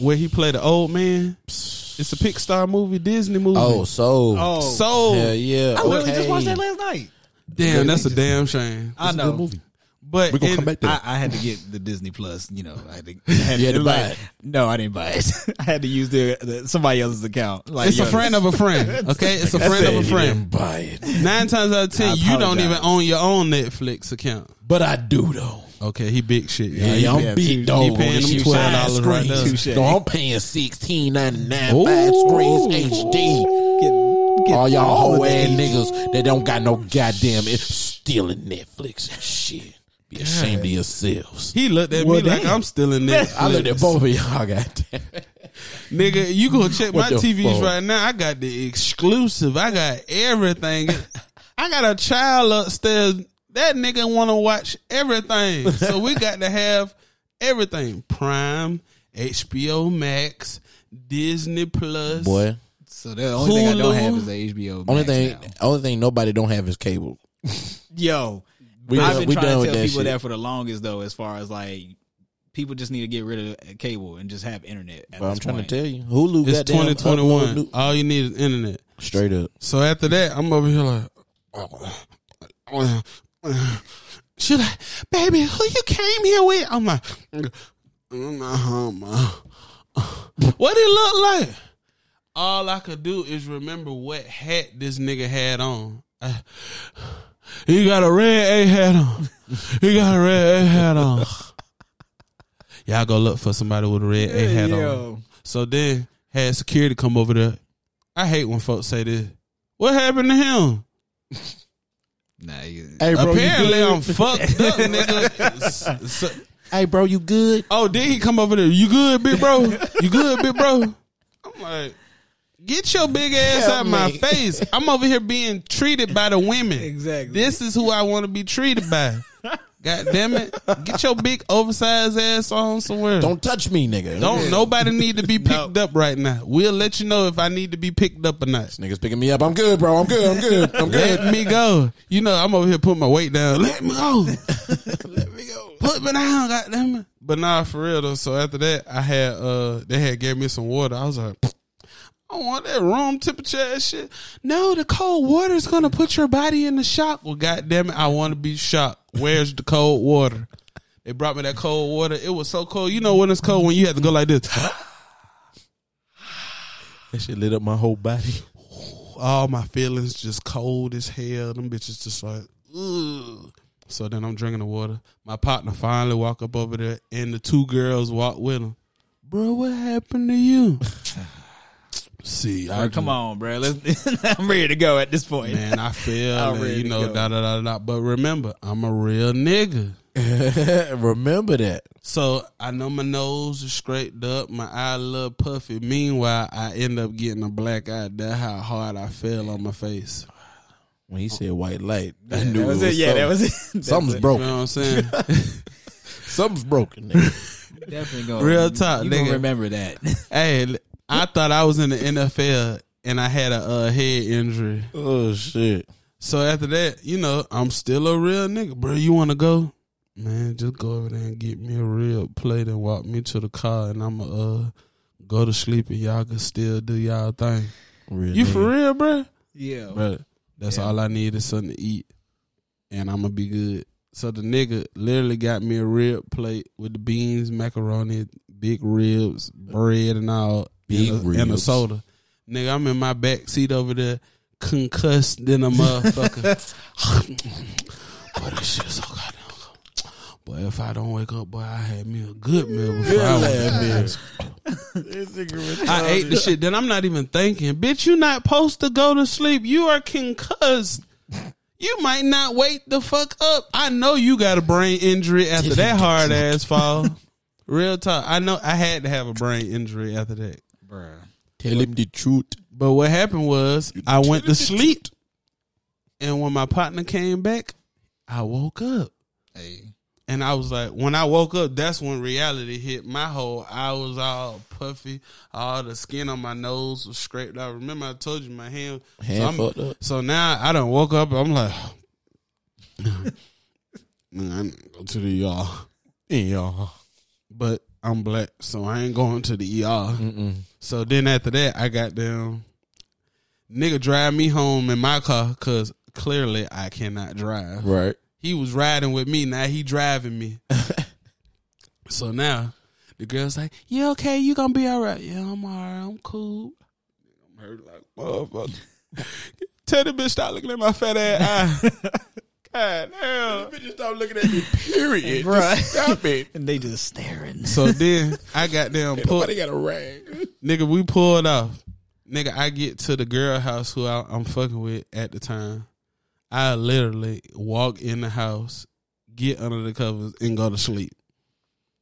Where he played the old man. It's a Pixar movie, Disney movie. Oh, so. Oh, so Hell yeah. I literally okay. just watched that last night. damn, that's a damn shame. I know. But We're going in- to come back to I, that. I had to get the Disney Plus. You know, I had to. I had You had to like- buy it. No, I didn't buy it. I had to use the, the somebody else's account. Like it's a yo, friend of a friend. Okay, it's a friend of a friend. buy it. Nine times out of ten, you don't apologize. even own your own Netflix account. But I do, though. Okay, he big shit. y'all. Yeah, He I'm paying big two- dog. he paying This them shit $12 size right screens. now. Touche. No, I'm paying sixteen ninety nine five screens HD. Get, get All y'all of whole ass these. niggas that don't got no goddamn it's stealing Netflix and shit. Be ashamed of yourselves. He looked at me like I'm still in Netflix. I looked at both of y'all. Goddamn. Nigga, you go check my What the TVs fuck? right now. I got the exclusive. I got everything. I got a child upstairs. That nigga want to watch everything. So we got to have everything. Prime, HBO Max, Disney Plus. Boy, So the only thing I don't Hulu. have is the HBO. only Max thing, now. only thing nobody don't have is cable. yo, We I've done- been we trying done to with tell that people shit. that for the longest though. As far as like, people just need to get rid of cable and just have internet. At But I'm this trying point. to tell you, Hulu It's goddamn upload 2021. new- All you need is internet. Straight up. So after that, I'm over here like, She like, baby, who you came here with? I'm like, I'm not home. ma." what it look like? All I could do is remember what hat this nigga had on. I- he got a red A hat on. He got a red A hat on. Y'all go look for somebody with a red A hat on. So then had security come over there. I hate when folks say this. What happened to him? Nah, you, Hey bro, you Apparently, good? I'm fucked up, nigga. S- s- hey bro, you good? oh, then he come over there. You good, big bro? You good, big bro? I'm like, get your big ass out my me. face. I'm over here being treated by the women. Exactly. This is who I want to be treated by. God damn it! Get your big oversized ass on somewhere. Don't touch me, nigga. Don't nobody need to be picked up right now. We'll let you know if I need to be picked up or not. Niggas picking me up. I'm good, bro. I'm good. I'm good. I'm good. Let me go. You know, I'm over here putting my weight down. Let me go. Let me go. Put me down, goddamn it. But nah, for real though. So after that, I had uh they had gave me some water. I was like, I don't want that room temperature ass shit. No, the cold water's gonna put your body in the shock. Well, goddamn it, I wanna be shocked. Where's the cold water? They brought me that cold water. It was so cold. You know when it's cold when you have to go like this. That shit lit up my whole body. all my feelings just cold as hell. Them bitches just like, ugh. So then I'm drinking the water. My partner finally walk up over there, and the two girls walk with him. Bro, what happened to you? See, I come on, bro. Let's, I'm ready to go at this point. man, I feel, I'm and, ready you to know, go. da da da da. But remember, I'm a real nigga. Remember that. So I know my nose is scraped up, my eye a little puffy. Meanwhile, I end up getting a black eye. That's how hard I fell on my face. When he said white light, I knew That was it. Yeah, that was it. That's something's it. You know broken. what I'm saying? Something's broken. nigga. Definitely going. Real talk, you gonna nigga. remember that. Hey, l- I thought I was in the NFL and I had a uh, head injury. oh shit. So after that, you know, I'm still a real nigga, bro. You want to go? Man, just go over there and get me a real plate and walk me to the car, and I'ma uh, go to sleep and y'all can still do y'all thing. Real You nigga. for real, bro? yeah. Bro, that's all I need is something to eat, and I'ma be good. So the nigga literally got me a rib plate with the beans, macaroni, big ribs, bread, and all, Big and, a, and a ribs. soda. Nigga, I'm in my back seat over there, concussed than a motherfucker. boy, that shit so goddamn. cold. Boy, if I don't wake up, boy, I had me a good meal before I went to bed. I ate the shit. Then I'm not even thinking, bitch. You not supposed to go to sleep. You are concussed. You might not wake the fuck up. I know you got a brain injury after that hard ass fall. Real talk. I know I had to have a brain injury after that. Bruh. Tell him the truth. But what happened was I went to sleep, and when my partner came back, I woke up. Hey. And I was like, when I woke up, that's when reality hit my whole. I was all puffy, all the skin on my nose was scraped. I remember I told you my hand. Hand so, I'm- fucked up. so now I done woke up. I'm like, man, I need to go to the ER, Yeah. but I'm black, so I ain't going to the ER. So then after that, I got down. Nigga drive me home in my car because clearly I cannot drive Right. he was riding with me. Now he driving me. so now the girl's like, "You okay? You gonna be all right? Yeah, I'm all right. I'm cool. I'm hurt like motherfucker. Tell the bitch stop looking at my fat ass eye. God damn. Bitch, stop looking at me. Period. Bruh. Stop it. And they just staring. So then I got them pulled. got a rag. Nigga, we pulled off. Nigga, I get to the girl house who I, I'm fucking with at the time. I literally walk in the house, get under the covers, and go to sleep.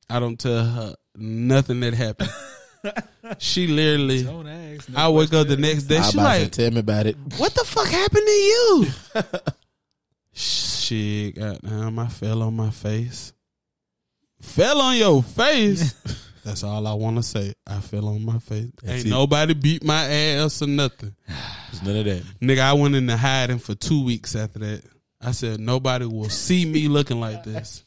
I don't tell her nothing that happened. she literally, Don't ask. I wake up the next day. I She about to like, tell me about it. "What the fuck happened to you?" Shit, goddamn! I fell on my face. Fell on your face. That's all I want to say. I fell on my face. Ain't it. nobody beat my ass or nothing. It's none of that. Nigga, I went into hiding for two weeks after that. I said nobody will see me looking like this.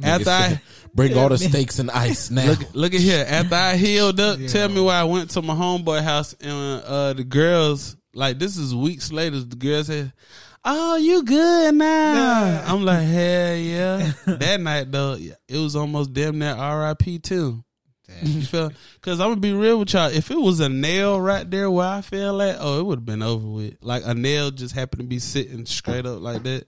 After I Bring all the steaks and ice now. look, look at here, after I healed up, tell me why I went to my homeboy house and uh, the girls like this is weeks later. The girls said, "Oh, you good now?" I'm like, hell yeah. that night though, yeah, it was almost damn near RIP too. You feel? Because I'm gonna be real with y'all. If it was a nail right there where I fell at, oh, it would have been over with. Like a nail just happened to be sitting straight up like that,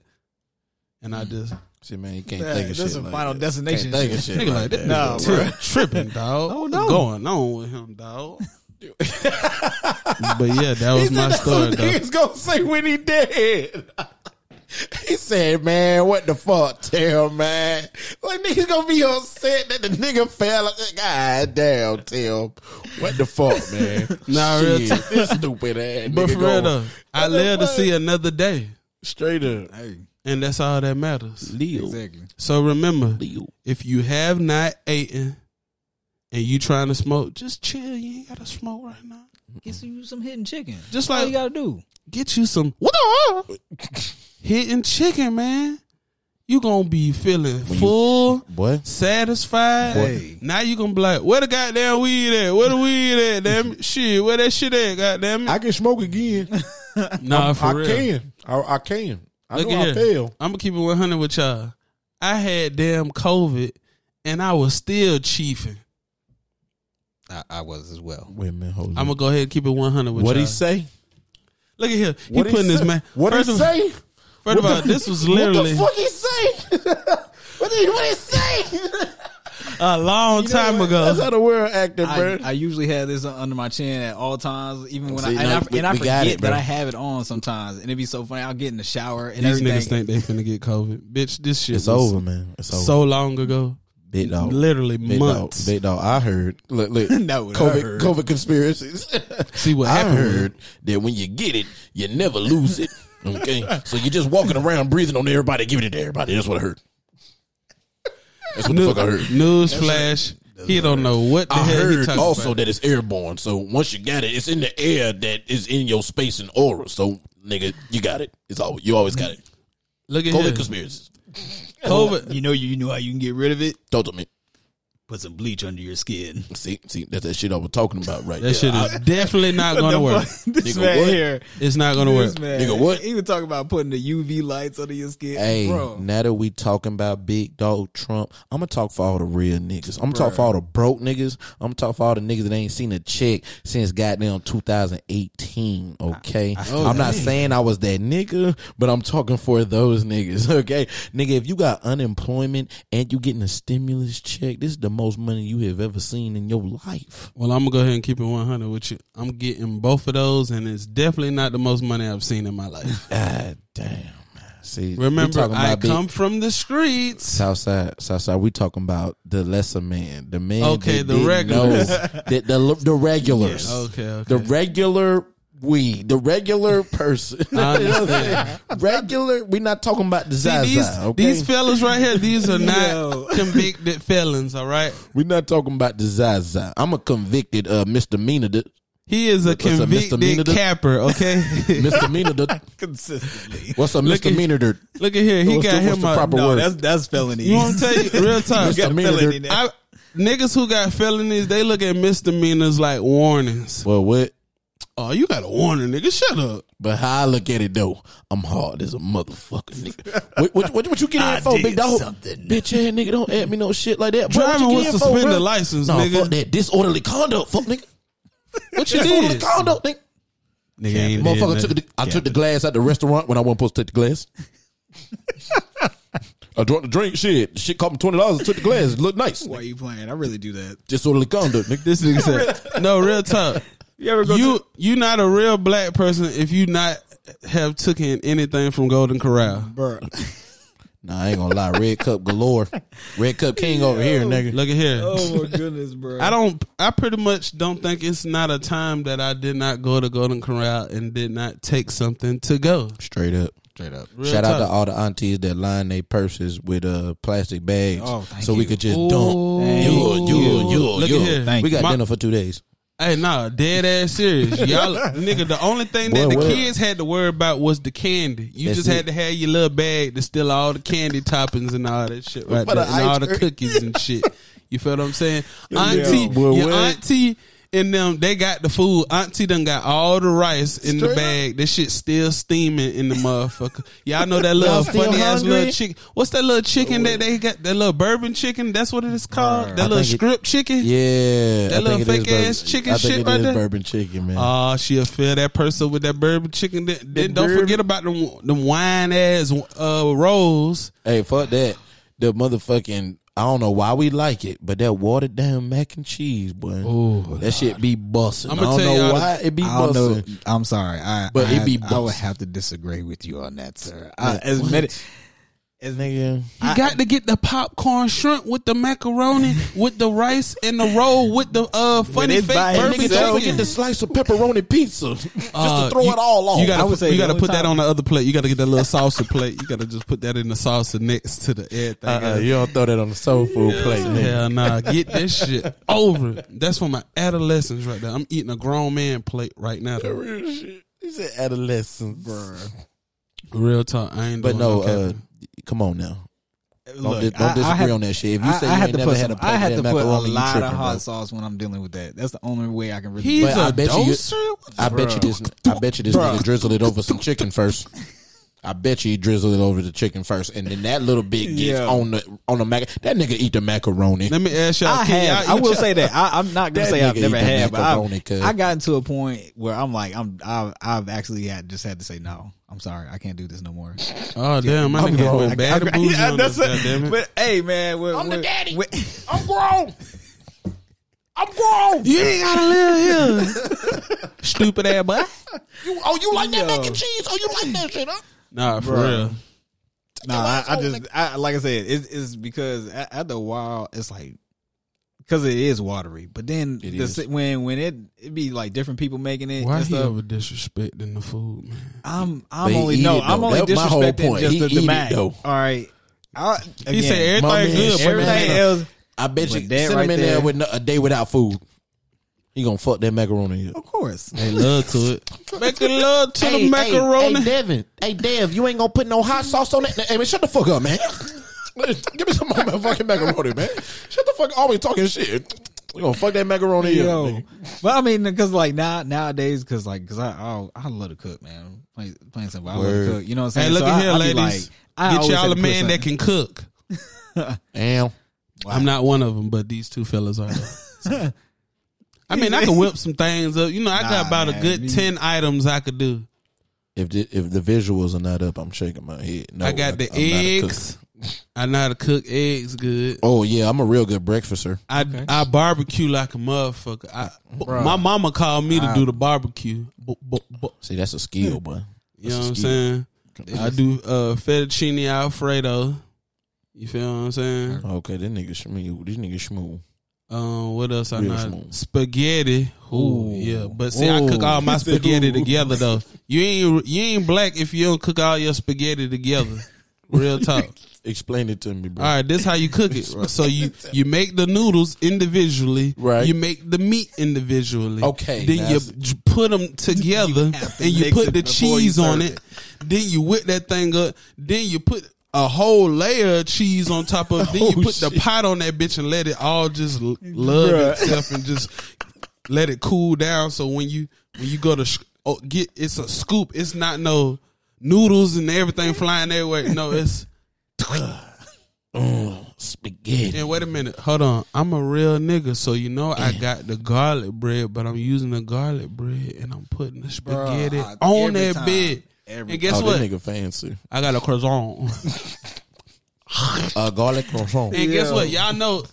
and I just See, man, you can't Yeah, think of this is shit. like Final that. Destination Can't think of shit. shit nigga like that. No, nigga bro. tri- tripping dog. Oh, What's no. going on with him, dog? but yeah, that was my story, though. He's gonna say when he dead. He said, "Man, what the fuck, Tim? Man, like niggas gonna be upset that the nigga fell. God damn, Tim, what the fuck, man? Nah, real Shit, this stupid ass. But nigga for real going though, I live to see another day, straight up, Hey, and that's all that matters. exactly. So remember, Leo. if you have not eaten and you trying to smoke, just chill. You ain't gotta smoke right now. Get you some hidden chicken. Just Just like- like all you gotta do. Get you some what the hitting chicken, man. You gonna be feeling full, Boy, satisfied. Boy. Now you gonna be like, where the goddamn weed at? Where the weed at? Damn it. shit, where that shit at? Goddamn it. I can smoke again. nah, for I real. can. I, I can. I Look know I at here. fail. I'm gonna keep it 100 with y'all. I had damn COVID, and I was still chiefing. I, I was as well. Wait a minute, hold I'm gonna go ahead and keep it 100 with What y'all. he say? Look at here. He What putting say? this man. What first he of- say? First of all, this was literally What the fuck he say? what did he, what he say? a long time That's ago. how the world acted, I, bro. I usually have this under my chin at all times, even when See, I and, now I, we- and I we got forget it, bro. that I have it on sometimes, and it'd be so funny. I'll get in the shower and These niggas everything. think they finna get COVID. Bitch, this shit it's was over, man. It's over. so long ago. big dog. Literally Big months. Dog, big dog. I heard. Look, look. No, I COVID, heard. COVID conspiracies. See what I happened. heard that when you get it, you never lose it. Okay, so you're just walking around breathing on everybody, giving it to everybody. That's what I heard. That's what the New, fuck I heard. news flash. He don't know what the I hell he heard talking also about. that it's airborne. So once you got it, it's in the air that is in your space and aura. So nigga, you got it. It's all you always got it. Look at COVID COVID. conspiracies. COVID. Oh, You know, you, you know how you can get rid of it. Told me. Put some bleach under your skin. See, see, that's that shit I was talking about right That there. shit is definitely not gonna work. this Nigga, man what? here, It's not gonna work. this man, Nigga, what? He was talking about putting the UV lights under your skin, Hey, bro. now that we talking about big dog Trump, I'm gonna talk for all the real niggas. I'm gonna talk for all the broke niggas. I'm gonna talk for all the niggas that ain't seen a check since goddamn 2018. Okay, I, am not saying I was that nigga, but I'm talking for those niggas. Okay, nigga, if you got unemployment and you getting a stimulus check, this is the most money you have ever seen in your life. Well, I'm gonna go ahead and keep it 100 with you. I'm getting both of those, and it's definitely not the most money I've seen in my life. God damn. man. See, we Remember, talking I about big- come from the streets. Southside, Southside. We talking about the lesser man, the man. Okay, that the didn't regulars. know- the, the the regulars. Okay, okay. the regular we, the regular person, I understand. regular. We not talking about the See, Zaza. these, okay, these fellas right here, these are Yo. not convicted felons, all right? we not talking about the Zaza. I'm a convicted uh, misdemeanor, that- He is a a misdemeanor convicted to- capper, okay? misdemeanor. that- Consistently, What's a Look at- misdemeanor? that- Look at here, he What's the- got what's him the a. proper no, word? that's that's felony. You want to tell you, real talk. got a Misdemeanor, felony dude. now. I, niggas who got felonies, they look at misdemeanors like warnings. Well, what? Oh, you got a warning, nigga. Shut up. But how I look at it though, I'm hard as a motherfucker, nigga. what, what, what, what you get I in for, did big dog? something. Bitch ass nigga, don't add me no shit like that. Boy, what Driving you with get in for, suspended bro? license, Nah, nigga. fuck that disorderly conduct, fuck nigga. What you Disorderly did? conduct, nigga. Nigga ain't did Motherfucker nothing. took the, I took the glass at the restaurant when I wasn't supposed to take the glass. I drunk the drink, shit. Shit cost me twenty dollars. Took the glass, it looked nice. Why you playing? I really do that. Disorderly conduct, nigga. This nigga said, "No, real talk. You ever go? You you not a real black person if you not have taken anything from Golden Corral. bro? Nah, I ain't gonna lie. Red cup galore, red cup king over here, nigga. Look at here. oh my goodness, bro. I don't. I pretty much don't think it's not a time that I did not go to Golden Corral and did not take something to go. Straight up. straight up. Real Shout out to talk. all the aunties that line their purses with uh plastic bags, Oh, thank so we you. could just Ooh. dump. Thank You, you, you, Look you. at here. Thank we got you. dinner for two days. Hey, nah, dead ass serious, y'all. nigga, the only thing that Boy, the what? kids had to worry about was the candy. You That's just had it. to have your little bag to steal all the candy toppings and all that shit right For there, the and all ice the cream. cookies and shit. You feel what I'm saying, Auntie? Boy, your what? auntie in them, they got the food. Auntie done got all the rice in the Straight bag. This shit still steaming in the motherfucker. Y'all know that little Y'all still funny ass hungry? little chicken. What's that little chicken that they got? That little bourbon chicken. That's what it is called. I that little think it- strip chicken. Yeah, That I think little it is fake-ass bourbon- chicken I think shit it right is there. Bourbon chicken, man. Oh, she'll fill that person with that bourbon chicken. Then, then don't bourbon- forget about them them wine ass uh, rolls. hey, fuck that. The motherfucking I don't know why we like it, but that watered down mac and cheese, boy. that shit be busting. I I'ma don't tell know y'all why it be I don't know. busting. I'm sorry. I, But I, it be I would busting. have to disagree with you on that, sir. I, as many, Nigga, You got to get the popcorn shrimp with the macaroni, with the rice and the roll, with the uh funny it's fake by bourbon nigga, don't itself- chicken. forget the slice of pepperoni pizza just Uh, to throw you- it all off. You gotta, I would put- say you the gotta only put that time- on the other plate. You gotta get that little salsa plate. You gotta just put that in the salsa next to the everything. uh-uh, else. you don't throw that on the soul food plate, nigga. Hell nah, get this shit over. it. That's for my adolescents right there. I'm eating a grown man plate right now. though. Real shit. It's an adolescence, bro. Real talk, I ain't. But doing no, cap. uh, come on now. Don't, look, dis- don't I- I disagree had- on that shit. If you I, say I you had ain't to never put had a some, plate I had with to that put a macaroni, you lot of tripping, hot bro. sauce when I'm dealing with that. That's the only way I can really. He's But a I bet you- doser. What the- I bet you this. I bet you this nigga drizzled it over some chicken first. I bet you he drizzled it over the chicken first, and then that little bit gets Yeah. on the on the mac. That nigga eat the macaroni. Let me ask y'all. I can have. y'all I eat will y'all- say that I, I'm not gonna That say I've nigga never eat the had, but macaroni, I've, cuz. I got into a point where I'm like, I'm, I've, I've actually had just had to say no. I'm sorry, I can't do this no more. Oh damn, my nigga grown. going bad bougie Yeah, on that's us. it. Goddamn it. But hey, man, when, I'm the when- daddy. when- I'm grown. I'm grown. You ain't gotta live here, stupid ass boy. You, oh, you like that mac and cheese? Oh, you like that shit? Huh? Nah, for real. No, I, I just I, like I said, it's, it's because a- after a while, it's like because it is watery. But then It the, is. si- when when it it be like different people making it. Why and he stuff, over disrespecting the food, man? I'm But I'm he only eat no, it, I'm though. only That my whole disrespecting point. just He the, eat it, the mac. though. All right, I, He again, said my man, everything good, but everything man, else. I bet But you that send him right in there, there- with no, a day without food. He gonna fuck that macaroni up. Of course, They love to it. Make a love to the Hey, macaroni. Devin. Hey, Dev, you ain't gonna put no hot sauce on that. Hey, man, shut the fuck up, man. Give me some more motherfucking macaroni, man. Shut the fuck up. Always talking shit. We gonna fuck that macaroni up. yo. nigga. But I mean, because like now nowadays, because like because I, I I love to cook, man. Plain, plain simple, I Word. love to cook. You know what I'm saying? Hey, look So at I- here, I be ladies. like, I Get always had y'all a to put man that something- can cook. Damn. I'm not one of them, but these two fellas are. So, I mean, I could whip some things up. You know, I got Nah, about a man, good me- ten items I could do. If the, if the visuals are not up, I'm shaking my head. No, Oh, I got the I'm not a cook. eggs. I know how to cook eggs good. Oh yeah, I'm a real good breakfaster. I I barbecue like a motherfucker. I, b- my mama called me to do the barbecue. B- b- b- See, that's a skill, boy. you know what I'm saying? I do uh, fettuccine alfredo. You feel what I'm saying? Okay, this nigga smooth. This nigga smooth. Um, what else I Real know? smooth. Spaghetti. Ooh, yeah. But see, I cook Ooh. all my spaghetti together though. You ain't you ain't black if you don't cook all your spaghetti together. Real talk. Explain it to me, bro. All right, this how you cook it. So you you make the noodles individually. Right. You make the meat individually. Okay, Then now you I see. j- put them together have to and you mix put it the before you cheese on serve it. Then you whip that thing up. Then you put a whole layer of cheese on top of. it. Then you Oh, put the shit. pot on that bitch and let it all just l- love Bruh. itself and just let it cool down. So when you when you go to sh- oh, get, it's a scoop. It's not no noodles and everything flying everywhere. No, it's. Spaghetti. And wait a minute, hold on. I'm a real nigga, so you know I got the garlic bread, but I'm using the garlic bread and I'm putting the spaghetti Bruh, on every that time. bed. Every and guess oh, what? that nigga fancy. I got a croissant. Uh, garlic croissant. and guess what? Y'all know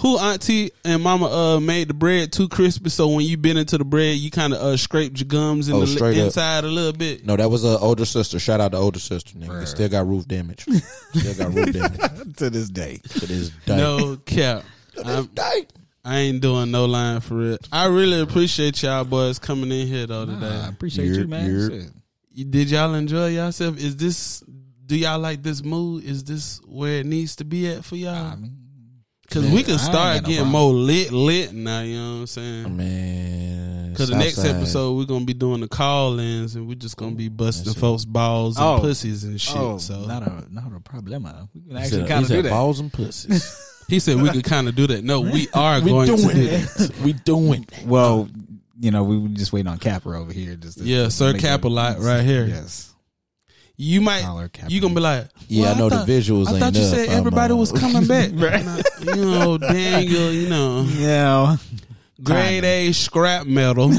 who auntie and mama uh made the bread too crispy, so when you bend into the bread, you kind of uh scraped your gums in Oh, the straight li- up. inside a little bit. No, that was an older sister. Shout out to older sister. Nigga, They still got roof damage. Still got roof damage to this day. to this day. No cap. This I'm- day. I ain't doing no line for real. I really appreciate y'all boys coming in here though today. I appreciate You're- you, man. you're- Shit. You- did y'all enjoy yourself? Is this do y'all like this mood? Is this where it needs to be at for I y'all? mean, Because we I can ain't start got no getting problem. more lit, lit now. You know what I'm saying? Man. Because the next Southside. episode we're gonna be doing the call-ins and we're just gonna be busting folks' balls and Oh. pussies and shit. oh, so not a not a problema. We can He said- actually he kind of said do that. Balls and pussies. He said we could kind of do that. No, we are We going doing to do that. it. We doing it. Well, you know, we were just waiting on Capper over here. Just to Yeah, Sir make Cap a it- lot right here. Yes. You might Dollar cap. you gonna be like, Yeah, well, I know the thought- visuals I ain't thought you up. said I'm, everybody uh, was coming back. you know, Daniel, you know, Yeah. grade A scrap metal.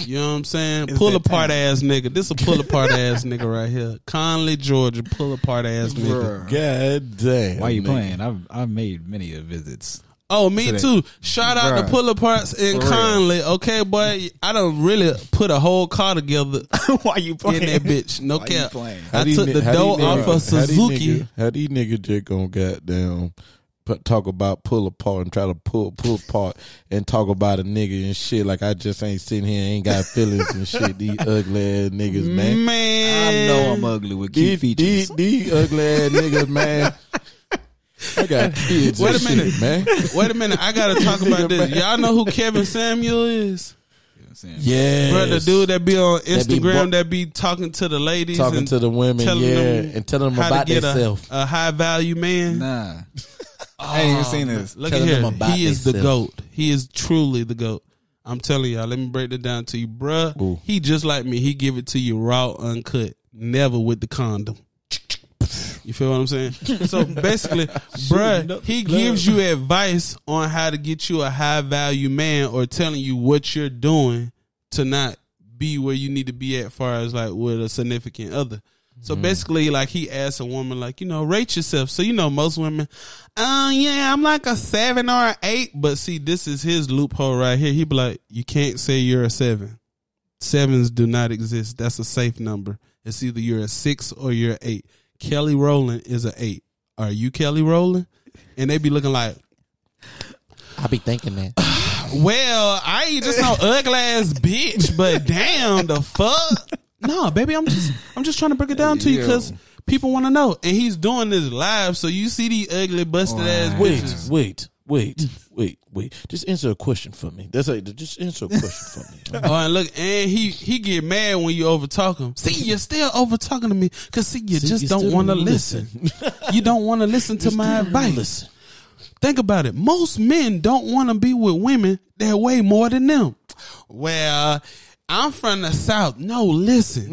You know what I'm saying? pull apart ass nigga. This a pull apart ass nigga right here. Conley, Georgia, pull apart ass nigga. God damn. Why you nigga. playing? I've I've made many of visits. Oh, me too. Shout out to Bruh. pull aparts and Conley. Okay, boy, I done really put a whole car together Why you in that bitch. No you cap. playing? How I these took ni- the how these dough niggas- off of how these Suzuki. niggas- How these niggas just gonna goddamn put, talk about pull apart and try to pull pull apart and talk about a nigga and shit like I just ain't sitting here ain't got feelings and shit. These ugly ass niggas, man. I Man, know I'm ugly with key these, features. these, these ugly ass niggas, man. I got kids. Wait and a minute. shit, man. Wait a minute, I gotta talk about this. man. Y'all know who Kevin Samuel is? Yeah, Bro, the dude that be on That be Instagram bu- that be talking to the ladies, talking and to the women, telling yeah, them and telling them how about to get a, themselves. a high value man. Nah. I ain't even seen this. Oh, Look Telling at them him. about He is the themselves. goat. He is truly the goat. I'm telling y'all. Let me break that down to you, bruh. Ooh. He just like me. He give it to you raw, uncut, never with the condom. You feel what I'm saying? So basically, bruh, he gives you advice on how to get you a high value man, or telling you what you're doing to not be where you need to be at, far as like with a significant other. So basically, like he asks a woman, like you know, rate yourself. So you know, most women, uh, yeah, I'm like a seven or an eight. But see, this is his loophole right here. He be like, you can't say you're a seven. Sevens do not exist. That's a safe number. It's either you're a six or you're an eight. Kelly Rowland is an eight. Are you Kelly Rowland? And they be looking like, I be thinking that. well, I ain't just no ugly ass bitch, but damn the fuck. No, baby, I'm just I'm just trying to break it down to you because people want to know, and he's doing this live, so you see these ugly busted ass Wait, bitches. wait, wait, wait, wait. Just answer a question for me. That's like just answer a question for me. Oh, and look, and he he get mad when you over talk him. See, you're still over talking to me because see, you just you don't still want to don't listen. you don't want to listen to my advice. Think about it. Most men don't want to be with women that way more than them. Well, I'm from the south. No, listen.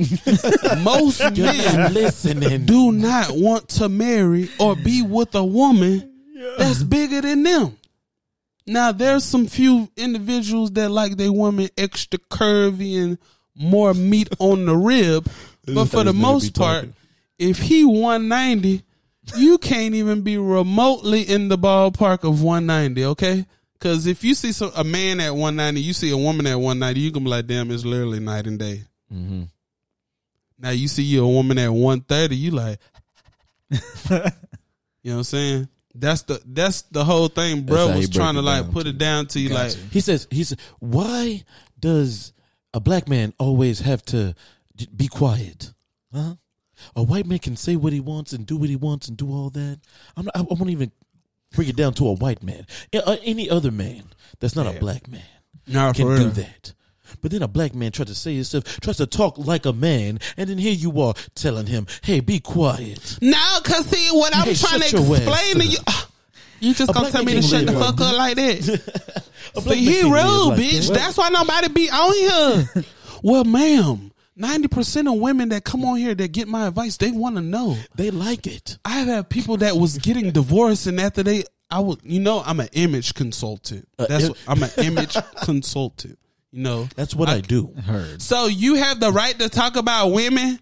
Most men listening. do not want to marry or be with a woman that's bigger than them. Now there's some few individuals that like their women extra curvy and more meat on the rib, but for the nigga be most part, talking. if he 190, you can't even be remotely in the ballpark of 190. Okay, because if you see some, a man at 190, you see a woman at 190, you can be like, damn, it's literally night and day. Mm-hmm. Now you see you a woman at 130, you like You know what I'm saying? That's the that's the whole thing, That's bro. how you Was break trying to it like down put to it down to you like He says, he says, why does a black man always have to j- be quiet? Huh? A white man can say what he wants and do what he wants and do all that. I'm not, I, I won't even bring it down to a white man. A- a- Any other man that's not a black man nah, can do that. But then a black man tries to say himself, tries to talk like a man, and then here you are telling him, hey, be quiet. Now cause see what I'm Hey, trying to shut your ass explain to you uh, You just A gonna black tell me to man shut can't the live fuck like up like that. A black See, man he can't rude, live like bitch. that. That's why nobody be on here. well, ma'am, ninety percent of women that come on here that get my advice, they wanna know. They like it. I have had people that was getting divorced, and after they, I would, you know, I'm an image consultant. That's im- what, I'm an image consultant. You know, Uh, That's what I do. so you have the right to talk about women.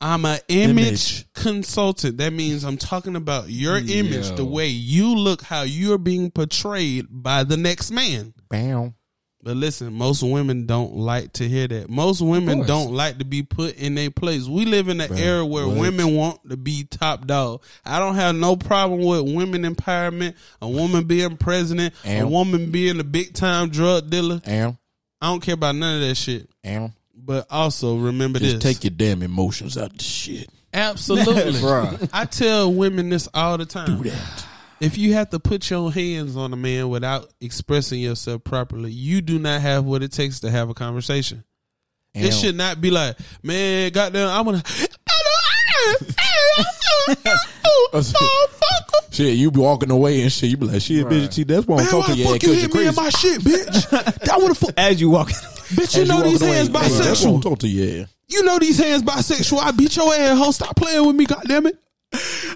I'm an image, Image. consultant. That means I'm talking about your image, the way you look, how you're being portrayed by the next man. Bam. But listen, most women don't like to hear that. Most women don't like to be put in their place. We live in an era where what? women want to be top dog. I don't have no problem with women empowerment, a woman being president, a And- woman being a big time drug dealer. Am, I don't care about none of that shit. am. But also remember Just this. take your damn emotions out of the shit. Absolutely. I tell women this all the time. If you have to put your hands on a man without expressing yourself properly, you do not have what it takes to have a conversation. It should not be like, man, goddamn, I'm gonna. I don't- I don't- I don't- I don't- I don't- I don't- Shit, you be walking away and shit. You be like, shit, bitch, see, that's why I'm Man, why talking the to you fuck you because you're hit me in crazy. my shit, bitch? that would have fuck. As you walk, Bitch, you know these hands That's why I'm bisexual. talking to you. You know these hands bisexual. I beat your ass, hoe. Stop playing with me, goddammit.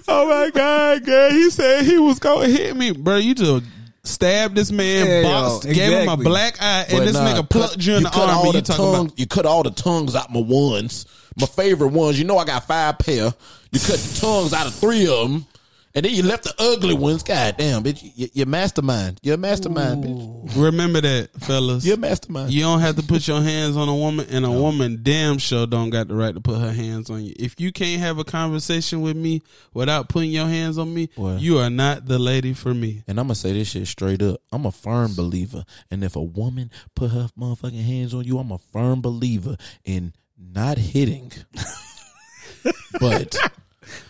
Oh my god, girl. He said he was gonna hit me. Bro, you just stabbed this man, Yeah, yo, boxed, gave him a exactly. black eye, and this nigga plucked you in the cut arm all and the you talking tongue- about You cut all the tongues out my ones. My favorite ones. You know I got five pair. You cut the tongues out of three of them. And then you left the ugly ones. God damn, bitch. You, you're mastermind. You're a mastermind, bitch. Remember that, fellas. You're a mastermind. You don't have to put your hands on a woman, and a woman damn sure don't got the right to put her hands on you. If you can't have a conversation with me without putting your hands on me, Well. you are not the lady for me. And I'm gonna say this shit straight up. I'm a firm believer, and if a woman put her motherfucking hands on you, I'm a firm believer in not hitting, but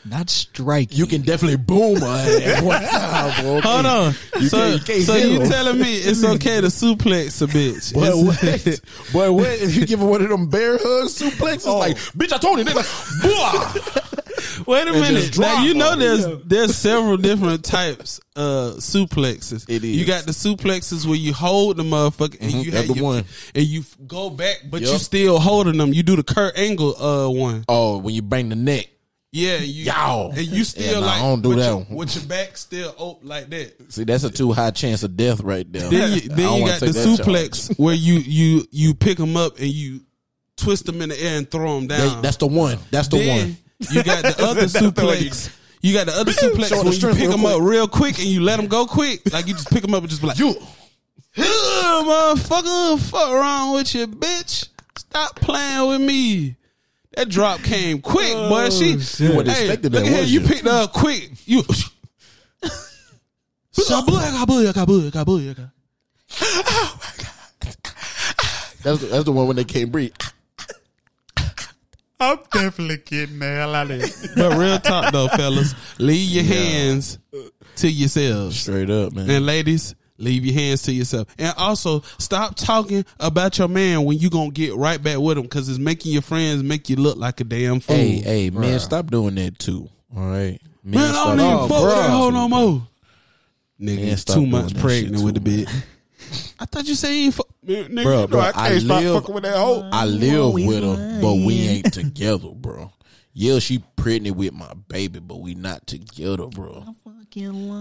Not strike. you can definitely boom her ass one time. boy. Hold on. You so can't- you can't so you handle. telling me it's okay to suplex a bitch? But It's- what? But what? If you give her one of them bear hug suplexes, Oh. like bitch, I told you, they like, boah. Wait a minute. just drop Now you know on there's there's several different types of suplexes. It is. You got the suplexes where you hold the motherfucker and you that's have the your, one. and you f- go back, but you Yup. still holding them. You do the Kurt Angle uh one. Oh, when you bang the neck, Yeah, you, Yow. and you Yeah, still nah, like I don't do with that your, one. with your back still open like that. see that's a too high chance of death right there. Then you, I don't then you wanna got the take that chance. suplex where you you you pick them up and you twist them in the air and throw them That- down. that's the one. That's the then one. you got the other suplex. You got the other suplex Showing the when you strength pick real them up real quick and you let them go quick. Like you just pick them up and just be like, you motherfucker, fuck wrong with you, bitch. Stop playing with me. That drop came quick, boy. She Oh, You wasn't expecting that, look at here, was you you? picked her up quick. You That's the, that's the one when they can't breathe. I'm definitely getting the hell out of here. But real talk though, fellas, leave your hands to yourselves. Straight up, man. And ladies, leave your hands to yourself. And also, stop talking about your man when you gonna get right back with him because it's making your friends make you look like a damn fool. Hey, hey, man, stop doing that too. All right, man, men I stop, don't even Oh, fuck with bruh. that hoe no more. Nigga, Man, it's stop too doing much that pregnant shit with the too, bitch. I thought you said you ain't fuck. Man, nigga, bro, bro. I I, can't stop live, fucking with that hoe. Oh, I live with her, but we ain't together, bro. Yeah, she pregnant with my baby, but we not together, bro.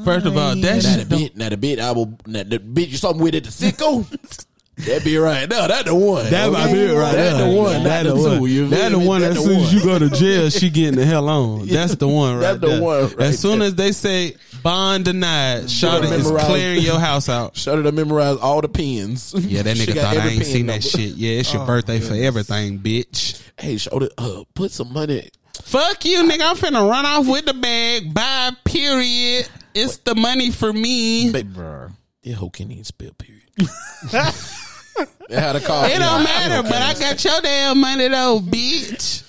First of all, that Now the shit don't. bit, now the bit, I will. Now the bitch, you something with at the sicko. that be right now. That the one. Oh, That okay? might be it right That there. the one. That That the two. You one. That feel the me? one. That As the soon as one. you go to jail, she getting the hell on. That's the one right That's the there. one right as soon there. as they say bond denied, Shawty is memorized. clearing your house out. Shut her to memorize all the pins. Yeah, that She nigga got thought I every ain't pin seen that number. Oh, shit. Yeah, it's your birthday for everything, bitch. Hey, shoulder, uh, put some money. Fuck you, nigga. I'm finna run off with the bag. Bye, period. It's the money for me. It Baby, bro. That hoe can't even spell period. they had a call. don't matter, but I got your damn money though, bitch.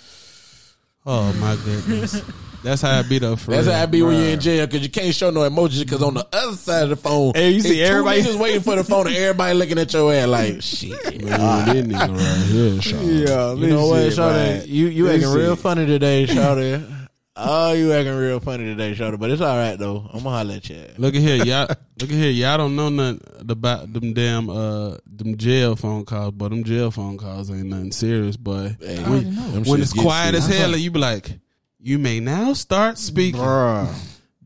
Oh my goodness. That's how I beat up for That's real. how I be when you're in jail because you can't show no emojis because on the other side of the phone, Hey, you it's see two everybody- niggas waiting for the phone and everybody looking at your ass like shit. Man, this nigga right here, Sean. Yeah, You know what, Shawty? You you This acting real shit. funny today, Shawty. oh, you acting real funny today, Shawty. But it's all right though. I'm gonna holler at you. Look at here, y'all. Look at here, y'all don't know nothing about them damn uh them jail phone calls, but them jail phone calls ain't nothing serious. But when, when it's quiet as hell, and you be like, you may now start speaking. Bruh.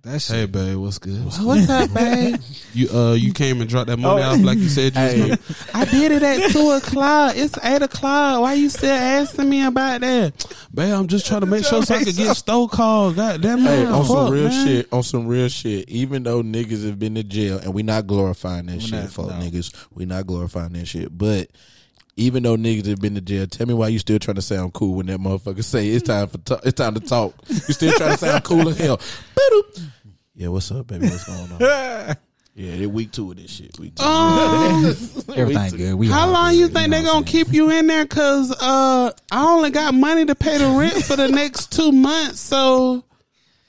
That Hey, shit. babe, what's good? What's good? what's up, babe? You uh, you came and dropped that money off like you said you was Hey. gonna. I did it at two o'clock. It's eight o'clock. Why you still asking me about that, babe? I'm just trying to make sure so I could get stole calls. God damn it, Hey, on fuck, some real man. shit, on some real shit. Even though niggas have been to jail, and we not glorifying that shit, fuck niggas, we not glorifying that shit. But even though niggas have been to jail, tell me why you still trying to sound cool when that motherfucker say it's time for ta- it's time to talk. You still trying to sound cool as hell. Boop. Yeah, what's up, baby? What's going on? Yeah, they week two of this shit. Week two. Everything good. We How all long good, you think know they what I'm gonna keep you in there? Cause uh, I only got money to pay the rent for the next two months, so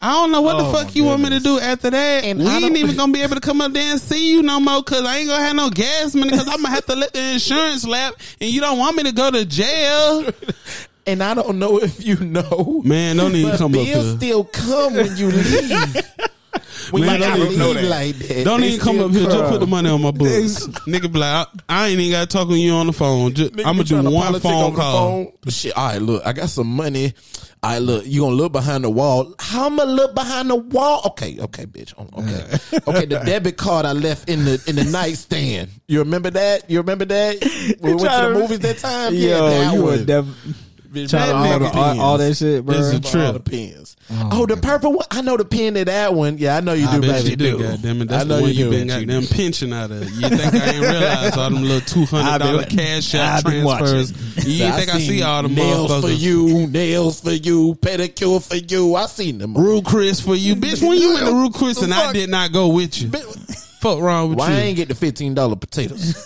I don't know what the fuck you want me to do after that. And we ain't even gonna be able to come up there and see you no more. Cause I ain't gonna have no gas money. Cause I'm gonna have to let the insurance lap, and you don't want me to go to jail. And I don't know if you know, Man, don't even come up bills here. still come when you leave. When Man, you I leave- don't know that. like that. Don't They even come still up here. Just cry. put the money on my books. nigga be like, I, I ain't even got to talk to you on the phone. Just, Nigga, I'm you going to tryna do one politic phone over the call. phone? Oh, Shit, all right, look, I got some money. All right, look, you gonna look behind the wall. How am I look behind the wall? Okay, okay, bitch. Oh, Okay, okay. The debit card I left in the in the nightstand. You remember that? You remember that? We went to the movies that time. yeah, that Yo, you one. a devil. Bitch, Trying to that all, nigga the- all, all pins. that shit, bro. This is For all the pins. Oh, the purple one. I know the pin to that one. Yeah, I know you I do, bet baby. you do. do. Goddamn it, I that's know the one you you do. been goddamn pinching out of. You think I ain't realize all them little two hundred dollar cash out I've been transfers? You ain't think I see all the nails for motherfuckers? you, nails for you, pedicure for you. I seen them. Rue Chris for you, bitch. When you went to Rue Chris and I Fuck. did not go with you, fuck wrong with Why I you? ain't get the fifteen dollar potatoes?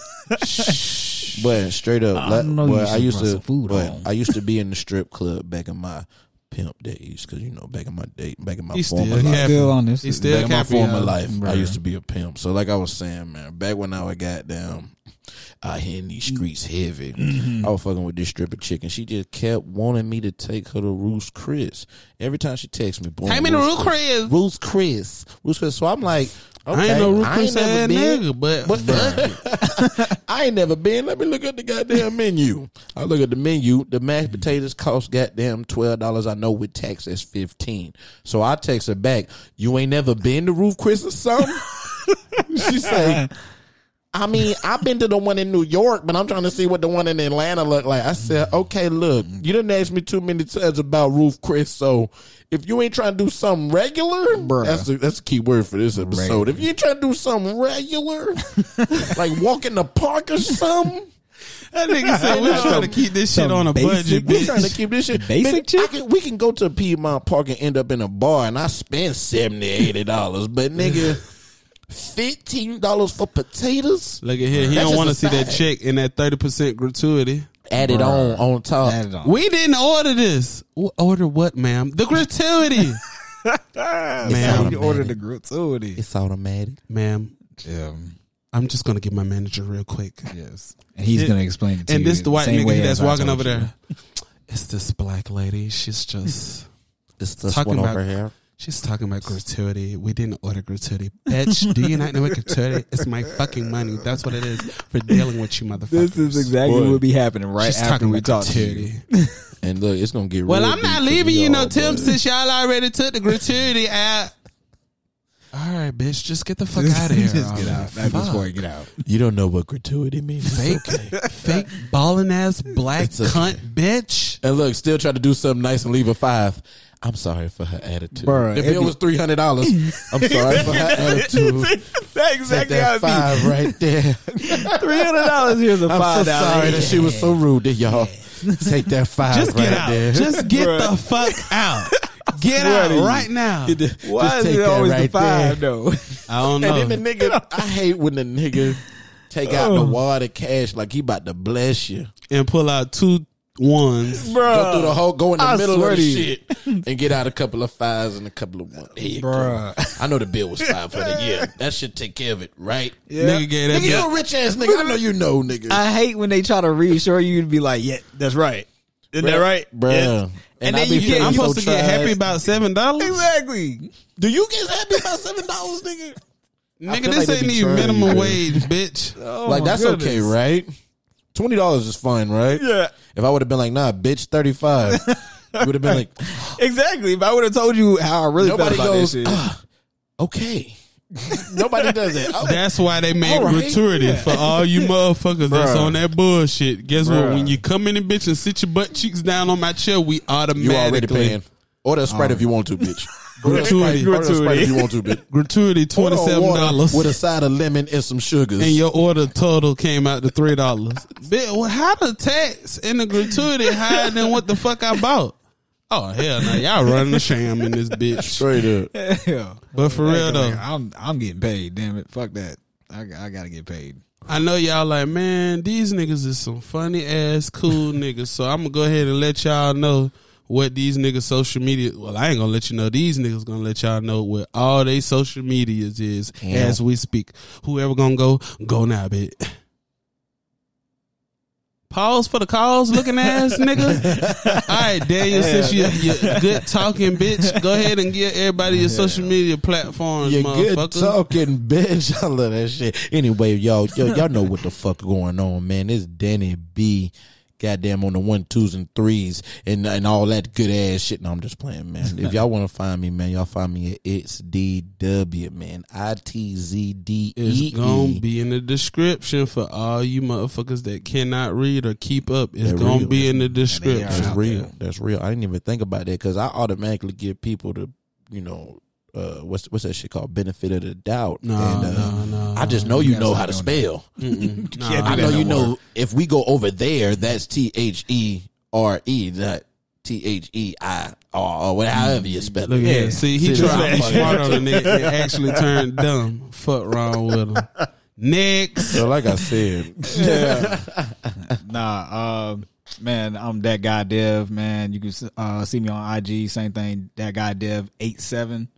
but straight up, like, know boy, you I should used brought to. some food boy, home. I used to be in the strip club back in my pimp days because you know back in my day, back in my He former still life. capping. Still on this. He still back in my capping, former y'all. life, I used to be a pimp. So, like I was saying, man, back when I was goddamn out here in Mm. these streets heavy, Mm-hmm. I was fucking with this stripper chick, and she just kept wanting me to take her to Roos Chris. Every time she texts me, boom, Take me to Ruth's Chris. Roos Chris, Roos Chris. So I'm like, okay, I ain't no Ruth Chris never ass been. nigga, but What the- I ain't never been. Let me look at the goddamn menu. I look at the menu. The mashed potatoes cost goddamn twelve dollars. I know with tax that's fifteen. So I text her back. You ain't never been to Ruth Chris or something. she say. I mean, I've been to the one in New York, but I'm trying to see what the one in Atlanta look like. I said, okay, look, you didn't ask me too many times about Ruth Chris, so if you ain't trying to do something regular, that's a, that's a key word for this episode. If you ain't trying to do something regular, like walk in the park or something. That nigga said we're trying to keep this shit on a budget, We're trying to bitch. keep this shit Basic Man, shit? I can- we can go to Piedmont Park and end up in a bar, and I spend 70 80 dollars, but nigga, fifteen dollars for potatoes. Look at here, he That's don't just want a to see that side. check and that thirty percent gratuity. added on on top. Add it on. We didn't order this. W- Order what, ma'am? The gratuity, ma'am. you ordered the gratuity. It's automatic. Ma'am, Yeah. I'm just gonna get my manager real quick. Yes. And he's gonna explain it to And you this the white same way nigga as that's I walking told over you. there. It's this black lady. She's just It's this Talking one about- over here. she's talking about gratuity. We didn't order gratuity. Bitch, do you not know what gratuity? It's my fucking money. That's what it is for dealing with you motherfuckers. This is exactly Boy. what be happening right She's after talking we about talk to you. gratuity. And look, it's gonna get. Well, real I'm not deep 'cause leaving we you no all Tim buddies. since y'all already took the gratuity out. All right, bitch, just get the fuck out of here. Just get already. out. At this Fuck. point, get out. You don't know what gratuity means. Fake, fake balling ass black okay. cunt bitch. and look, still try to do something nice and leave a five. I'm sorry for her attitude. Bruh, the it'd bill be- was three hundred dollars. I'm sorry for her attitude. That's Take exactly how that five right there. it Three hundred dollars. Here's a I'm so five sorry dollars. that she was so rude to y'all. Take that five Just right get out. there. Just get Bruh. the fuck out. Get out Bruh. right Why now. is Just take it that always the right five though? I don't And then the nigga, I hate when the nigga take out Oh. the water cash like he about to bless you. And pull out two ones. Bro, Go through the whole, go in the I middle swear of to the you. shit and get out a couple of fives and a couple of ones. Here you go. Bruh. I know the bill was five hundred. Yeah, that should take care of it, right? Nigga gave that Nigga, you bitch. a rich ass nigga. I know you know, nigga. I hate when they try to reassure you and be like, "Yeah, that's right. Isn't that right, Bruh. Yeah. And, And I then be you get feeling I'm you- so supposed to get tried. happy about seven dollars. exactly. Do you get happy about seven dollars, nigga? Nigga, feel like this they ain't be even trying, minimum bro. wage, bitch. Oh like my that's goodness. okay, right? Twenty dollars is fine, right? Yeah. If I would have been like, nah, bitch, thirty five, you would have been like, Exactly. If I would have told you how I really Nobody felt about goes, "Ah, that shit, okay. Nobody does that. Okay. That's why they made All right. gratuity for all you motherfuckers that's on that bullshit. Guess what? Bruh. When you come in and bitch and sit your butt cheeks down on my chair, we You already automatically paying. Order a Sprite Oh. if you want to, bitch. Gratuity. Order a Sprite if you want to, bitch. gratuity Order twenty a seven Oh, water dollars. With a side of lemon and some sugars. and your order total came out to three dollars. well, how the tax and the gratuity higher than what the fuck I bought? Oh hell no, y'all running a sham in this bitch. Straight up. yeah. But for real though, I'm I'm getting paid. Damn it, fuck that. I, I gotta get paid. I know y'all like, man, these niggas is some funny ass cool niggas. So I'm gonna go ahead and let y'all know what these niggas social media. Well, I ain't gonna let you know. These niggas gonna let y'all know what all they social medias is as we speak. Whoever gonna go, go now, bitch. Pause for the cause, looking ass nigga. All right, Daniel, since you you good talking bitch, go ahead and get everybody your social media platforms, You good motherfucker. talking, bitch. I love that shit. Anyway, y'all, y'all, y'all know what the fuck going on, man. It's Danny B. Goddamn on the one twos and threes and and all that good ass shit. No, I'm just playing, man. If y'all want to find me, man, y'all find me at it's DW, man. I T Z D It's E gonna E. be in the description for all you motherfuckers that cannot read or keep up. It's They're gonna real. be in the That's description. real. That's real. I didn't even think about that because I automatically give people the you know uh what's what's that shit called benefit of the doubt. No, and, uh, no, no. I just know you know how to spell. Mm-mm. Nah. I know you know if we go over there, that's T H E R E, not T H E I R or whatever however you spell Look it. at yeah. See, he See, tried to be that's- smart on the nigga and actually turned dumb. Fuck wrong with him. Next. So like I said, Nah, um, man, I'm that guy Dev. Man, you can uh, see me on IG. Same thing. That guy Dev eight seven.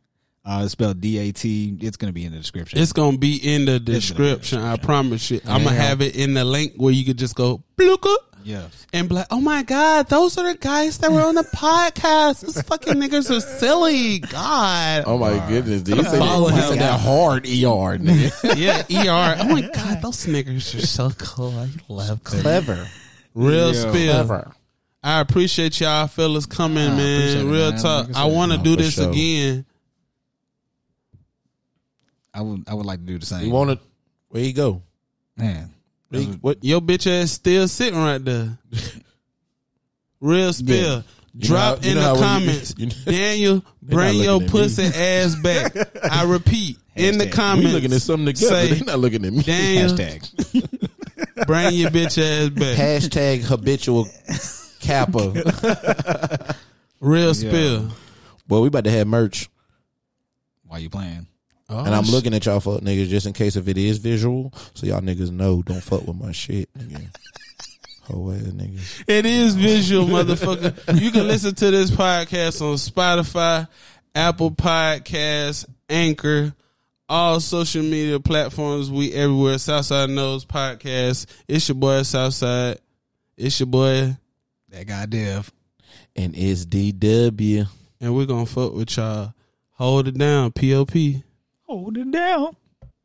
Uh, it's spelled D A T. It's gonna be in the description. It's gonna be in the description. I promise you. I'm gonna have it in the link where you could just go blooka yeah. and be like, "Oh my god, those are the guys that were on the podcast. These fucking niggas are silly." God. oh my goodness, did you say Follow that, you him. said that hard ER nigga? Yeah, ER. Oh my god, those niggas are so cool. I love them. Clever. Real Yeah. spill. Clever. I appreciate y'all fellas coming, man. appreciate it, Real man. talk. Like I I said, want to no, do for this sure. again. I would. I would like to do the same. You wanna where you go? man. Where you- what Your bitch ass still sitting right there. Real spill. You know Drop how- you in know how the when you- comments, you know- Daniel. Bring looking your at me. pussy ass back. I repeat, in the we comments. looking at something together. Say, They not looking at me. Daniel, Hashtag. bring your bitch ass back. Hashtag habitual kappa. Real spill. Well, we about to have merch. Why you playing? Oh, and I'm looking at y'all fuck niggas just in case if it is visual, so y'all niggas know don't fuck with my shit. Nigga. Whole ass niggas. It is visual, motherfucker. You can listen to this podcast on Spotify, Apple Podcasts, Anchor, all social media platforms. We everywhere. Southside Knows Podcast. It's your boy Southside. It's your boy. That guy Dev. And it's DW. And we're gonna fuck with y'all. Hold it down, POP. Hold it down.